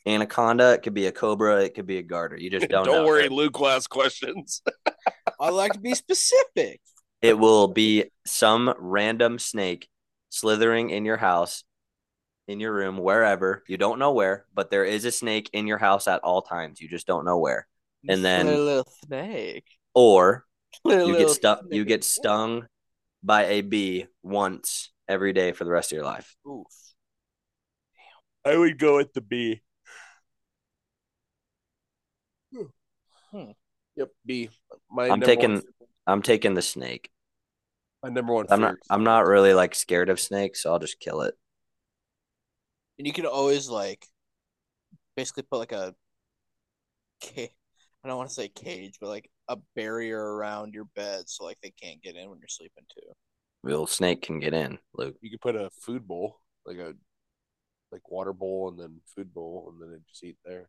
Speaker 3: anaconda. It could be a cobra. It could be a garter. You just don't.
Speaker 1: Don't,
Speaker 3: know.
Speaker 1: worry,
Speaker 3: It,
Speaker 1: Luke will ask questions.
Speaker 2: I like to be specific.
Speaker 3: it will be some random snake slithering in your house, in your room, wherever. You don't know where, but there is a snake in your house at all times. You just don't know where. And then-
Speaker 2: little, little snake.
Speaker 3: Or
Speaker 2: Little,
Speaker 3: you get
Speaker 2: little
Speaker 3: stuck. You
Speaker 2: snake.
Speaker 3: get stung by a bee once every day for the rest of your life.
Speaker 2: Oof.
Speaker 1: I would go with the B.
Speaker 2: Hmm.
Speaker 1: Yep, B. My
Speaker 3: I'm
Speaker 1: number
Speaker 3: taking-
Speaker 1: one-
Speaker 3: I'm taking the snake.
Speaker 1: my number one.
Speaker 3: I'm not.
Speaker 1: fear.
Speaker 3: I'm not really like scared of snakes, so I'll just kill it.
Speaker 2: And you can always like basically put like a ca- I don't want to say cage, but like a barrier around your bed so like they can't get in when you're sleeping too.
Speaker 3: Well, snake can get in, Luke.
Speaker 1: You could put a food bowl, like a like water bowl, and then food bowl, and then it'd just eat there.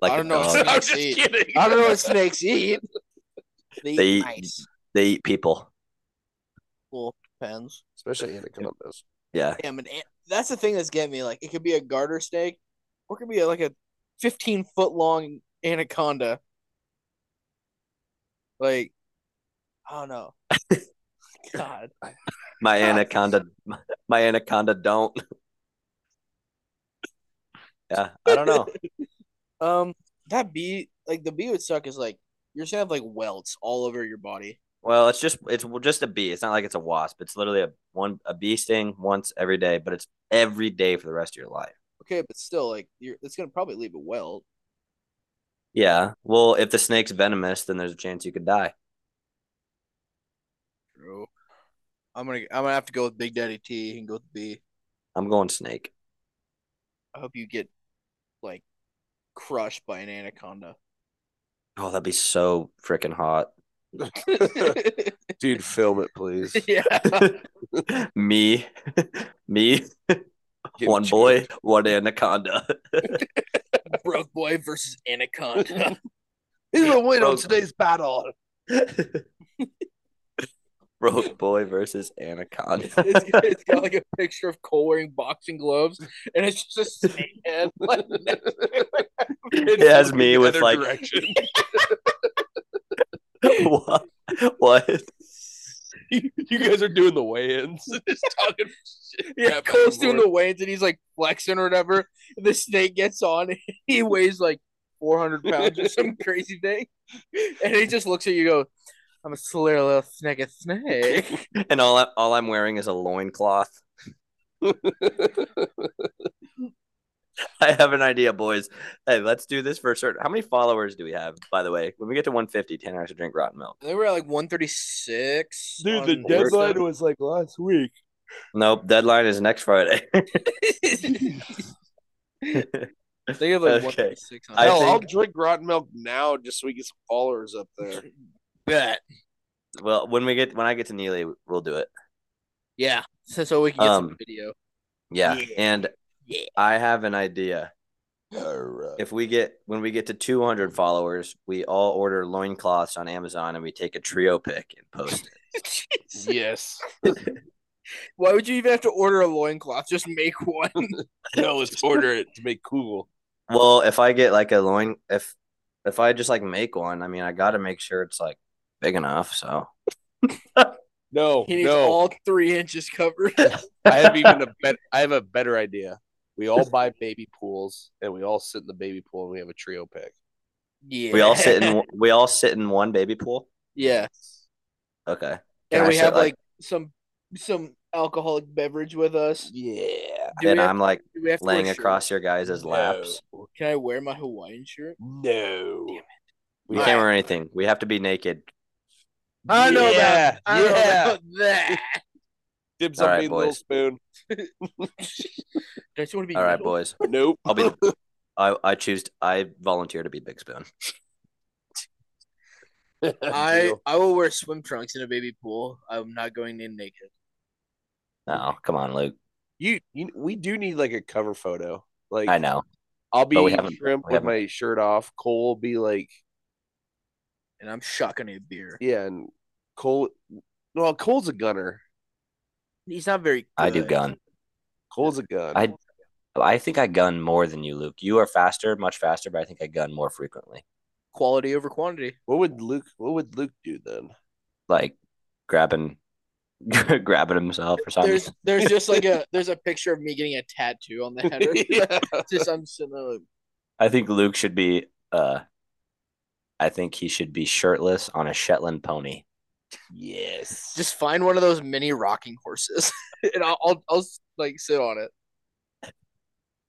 Speaker 3: Like
Speaker 2: I
Speaker 3: a
Speaker 2: don't know.
Speaker 3: dog.
Speaker 2: I'm just
Speaker 1: kidding.
Speaker 2: I don't know what snakes eat. They,
Speaker 3: They
Speaker 2: eat
Speaker 3: eat-
Speaker 2: mice.
Speaker 3: They eat people.
Speaker 2: Well, depends.
Speaker 1: especially Anna Columbus.
Speaker 3: Yeah.
Speaker 2: Damn, and ant- that's the thing that's getting me. Like, it could be a garter snake, or it could be like a fifteen foot long anaconda. Like, I don't know. God,
Speaker 3: My anaconda, my anaconda don't. Yeah, I don't know.
Speaker 2: um, that bee, like the bee would suck. Is like you're just gonna have like welts all over your body.
Speaker 3: Well, it's just it's just a bee. It's not like it's a wasp. It's literally a one a bee sting once every day, but it's every day for the rest of your life.
Speaker 2: Okay, but still, like you're, it's gonna probably leave a welt.
Speaker 3: Yeah. Well, if the snake's venomous, then there's a chance you could die.
Speaker 2: True. I'm gonna, I'm gonna have to go with Big Daddy T and go with the bee.
Speaker 3: I'm going snake.
Speaker 2: I hope you get like crushed by an anaconda.
Speaker 3: Oh, that'd be so freaking hot.
Speaker 1: Dude, film it, please.
Speaker 2: yeah.
Speaker 3: Me, me,
Speaker 1: Get
Speaker 3: one boy, one anaconda.
Speaker 2: Broke boy versus anaconda.
Speaker 1: Who will win on
Speaker 3: Broke.
Speaker 1: today's battle?
Speaker 3: Broke boy versus anaconda.
Speaker 2: it's, it's got like a picture of Cole wearing boxing gloves, and it's just a snake head. Like,
Speaker 3: It has me with like what? What?
Speaker 1: you guys are doing the weigh-ins. Just talking shit.
Speaker 2: yeah,
Speaker 1: crap
Speaker 2: Cole's
Speaker 1: back and
Speaker 2: doing the weights, and he's like flexing or whatever. The snake gets on. And he weighs like 400 pounds or some crazy thing, and he just looks at you. and Go, I'm a slender little snake, a snake.
Speaker 3: And all I, all I'm wearing is a loincloth. I have an idea, boys. Hey, let's do this for a certain. How many followers do we have, by the way? When we get to 150, Tanner has to drink rotten milk.
Speaker 2: They were at like 136.
Speaker 1: Dude,
Speaker 2: on
Speaker 1: the deadline
Speaker 2: Insta.
Speaker 1: was like last week.
Speaker 3: Nope, deadline is next Friday.
Speaker 2: they have like
Speaker 3: Okay.
Speaker 2: 136 on
Speaker 3: I
Speaker 1: Hell, I'll
Speaker 3: think-
Speaker 1: drink rotten milk now just so we get some followers up there.
Speaker 2: bet.
Speaker 3: well, when we get when I get to Neely, we'll do it.
Speaker 2: Yeah. So, so we can get some
Speaker 3: Um,
Speaker 2: video.
Speaker 3: Yeah,
Speaker 2: Yeah.
Speaker 3: and
Speaker 2: Yeah.
Speaker 3: I have an idea.
Speaker 1: Alright.
Speaker 3: If we get when we get to 200 followers, we all order loincloths on Amazon and we take a trio pic and post it.
Speaker 1: Yes.
Speaker 2: Why would you even have to order a loincloth? Just make one.
Speaker 1: No, let's order it to make cool.
Speaker 3: Well, if I get like a loin, if if I just like make one, I mean, I got to make sure it's like big enough. So Oh,
Speaker 1: No,
Speaker 2: He needs
Speaker 1: no.
Speaker 2: all three inches covered.
Speaker 1: I have even a bet I have a better idea. We all buy baby pools and we all sit in the baby pool and we have a trio pick.
Speaker 2: yeah.
Speaker 3: we all sit in we all sit in one baby pool.
Speaker 2: Yeah.
Speaker 3: Okay. Can
Speaker 2: And
Speaker 3: I
Speaker 2: we
Speaker 3: sit,
Speaker 2: have like,
Speaker 3: like-
Speaker 2: some some alcoholic beverage with us.
Speaker 1: Yeah.
Speaker 2: Do we
Speaker 3: and
Speaker 2: have-
Speaker 3: I'm like
Speaker 2: Do we have to wear
Speaker 3: laying
Speaker 2: shirts?
Speaker 3: across your guys' laps.
Speaker 2: Can I wear my Hawaiian shirt?
Speaker 1: No.
Speaker 2: Damn it.
Speaker 3: We can't wear anything. We have to be naked.
Speaker 1: I know
Speaker 2: Yeah.
Speaker 1: that.
Speaker 2: I don't
Speaker 1: yeah.
Speaker 2: know that.
Speaker 1: Dibs
Speaker 3: All
Speaker 1: on
Speaker 3: right,
Speaker 1: me, little
Speaker 3: boys.
Speaker 1: spoon.
Speaker 2: Don't you want to be
Speaker 3: All right,
Speaker 2: little?
Speaker 3: boys.
Speaker 1: Nope.
Speaker 3: I'll be the I, I choose I volunteer to be Big Spoon.
Speaker 2: I I will wear swim trunks in a baby pool. I'm not going in naked.
Speaker 3: No, come on, Luke.
Speaker 1: you, you we do need like a cover photo. Like
Speaker 3: I know.
Speaker 1: I'll be
Speaker 3: But we haven't-
Speaker 1: shrimp
Speaker 3: we
Speaker 1: with
Speaker 3: haven't-
Speaker 1: my shirt off. Cole will be like
Speaker 2: And I'm shocking a beer.
Speaker 1: yeah, and Cole well, Cole's a gunner.
Speaker 2: He's not very. Good.
Speaker 3: I do gun.
Speaker 1: Cole's a gun.
Speaker 3: I I think I gun more than you, Luke. You are faster, much faster, but I think I gun more frequently.
Speaker 2: Quality over quantity.
Speaker 1: what would Luke what would Luke do then?
Speaker 3: Like grabbing grabbing himself or something.
Speaker 2: There's there's just like a there's a picture of me getting a tattoo on the header.
Speaker 1: yeah.
Speaker 2: just I'm sitting there like,
Speaker 3: I think Luke should be uh I think he should be shirtless on a Shetland pony.
Speaker 1: Yes.
Speaker 2: just find one of those mini rocking horses, and I'll, I'll I'll like sit on it.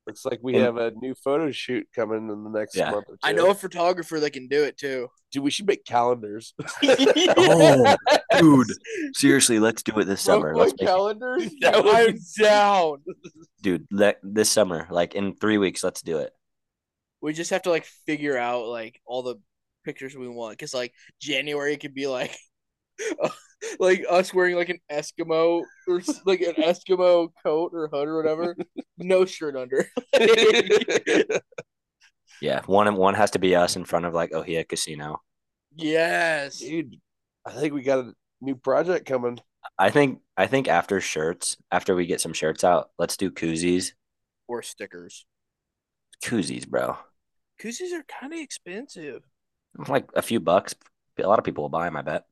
Speaker 1: looks like we
Speaker 3: And-
Speaker 1: have a new photo shoot coming in the next
Speaker 3: Yeah.
Speaker 1: month or two.
Speaker 2: I know a photographer that can do it too.
Speaker 1: Dude, we should make calendars.
Speaker 3: Oh, dude. Seriously, let's do it this summer.
Speaker 2: Broke
Speaker 3: Let's
Speaker 2: boy
Speaker 3: make it,
Speaker 2: calendar.
Speaker 1: That would
Speaker 2: I'm
Speaker 1: be-
Speaker 2: down.
Speaker 3: dude, let, this summer, like in 3 weeks, let's do it.
Speaker 2: We just have to like figure out like all the pictures we want because like January could be like like us wearing like an Eskimo or s- like an Eskimo coat or hood or whatever, no shirt under.
Speaker 3: Yeah, one one has to be us in front of like Ohia Casino.
Speaker 2: yes,
Speaker 1: Dude, I think we got a new project coming.
Speaker 3: I think I think after shirts, after we get some shirts out, let's do koozies.
Speaker 2: or stickers.
Speaker 3: Koozies, bro.
Speaker 2: Koozies are kind of expensive.
Speaker 3: Like a few bucks. A lot of people will buy them, I bet.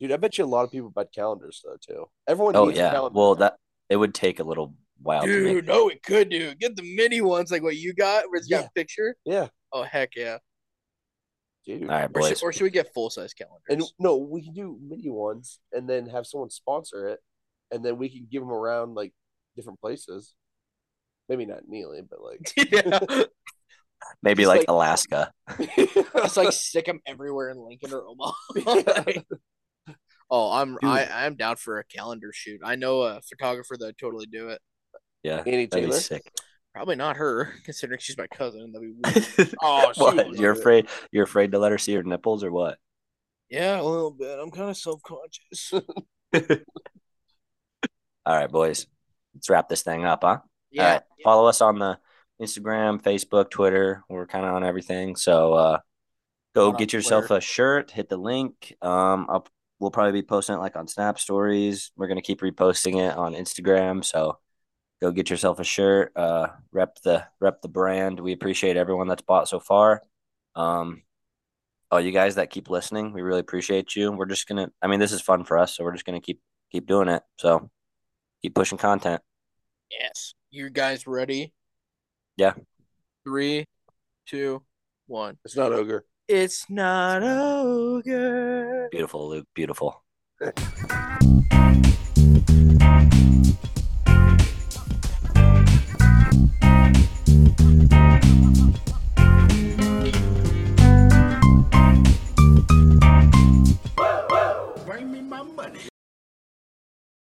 Speaker 1: Dude, I bet you a lot of people buy calendars though too. Everyone
Speaker 3: Oh
Speaker 1: needs a
Speaker 3: yeah.
Speaker 1: calendar.
Speaker 3: Well, that it would take a little while to make.
Speaker 2: Dude, no, it could do. Get the mini ones like what you got, where it's got
Speaker 1: Yeah.
Speaker 2: a picture.
Speaker 1: yeah,
Speaker 2: Oh heck yeah!
Speaker 1: dude.
Speaker 3: All right,
Speaker 2: Or should,
Speaker 3: boys.
Speaker 2: or should we get full size calendars?
Speaker 1: And no, we can do mini ones and then have someone sponsor it, and then we can give them around like different places. Maybe not Neely, but like
Speaker 2: yeah,
Speaker 3: Maybe
Speaker 1: just
Speaker 3: like,
Speaker 1: like-
Speaker 3: Alaska.
Speaker 2: it's like stick them everywhere in Lincoln or Omaha.
Speaker 1: Yeah.
Speaker 2: oh, I'm I,
Speaker 1: Dude.
Speaker 2: I'm down for a calendar shoot. I know a photographer that'd totally do it.
Speaker 3: Yeah.
Speaker 1: Annie
Speaker 3: That'd be
Speaker 1: Taylor.
Speaker 3: sick.
Speaker 2: Probably not her, considering she's my cousin. That'd be weird.
Speaker 1: Oh, she
Speaker 3: What?
Speaker 1: would
Speaker 3: You're
Speaker 1: love it.
Speaker 3: afraid you're afraid to let her see her nipples or what?
Speaker 2: yeah, a little bit. I'm kind of self conscious.
Speaker 3: All right, boys. Let's wrap this thing up, huh? All
Speaker 2: yeah,
Speaker 3: right. Uh, Follow us on the Instagram, Facebook, Twitter. We're kind of on everything. So uh, go
Speaker 2: Not on
Speaker 3: get yourself
Speaker 2: Twitter.
Speaker 3: a shirt. Hit the link. Um, I'll, we'll probably be posting it like on Snap Stories. We're gonna keep reposting it on Instagram. So go get yourself a shirt. Uh, rep the rep the brand. We appreciate everyone that's bought so far. Um, all you guys that keep listening, we really appreciate you. We're just gonna. I mean, this is fun for us, so we're just gonna keep keep doing it. So keep pushing content.
Speaker 2: yes. You guys ready?
Speaker 3: Yeah.
Speaker 2: Three, two, one.
Speaker 1: It's not ogre.
Speaker 2: It's not ogre.
Speaker 3: Beautiful, Luke. Beautiful.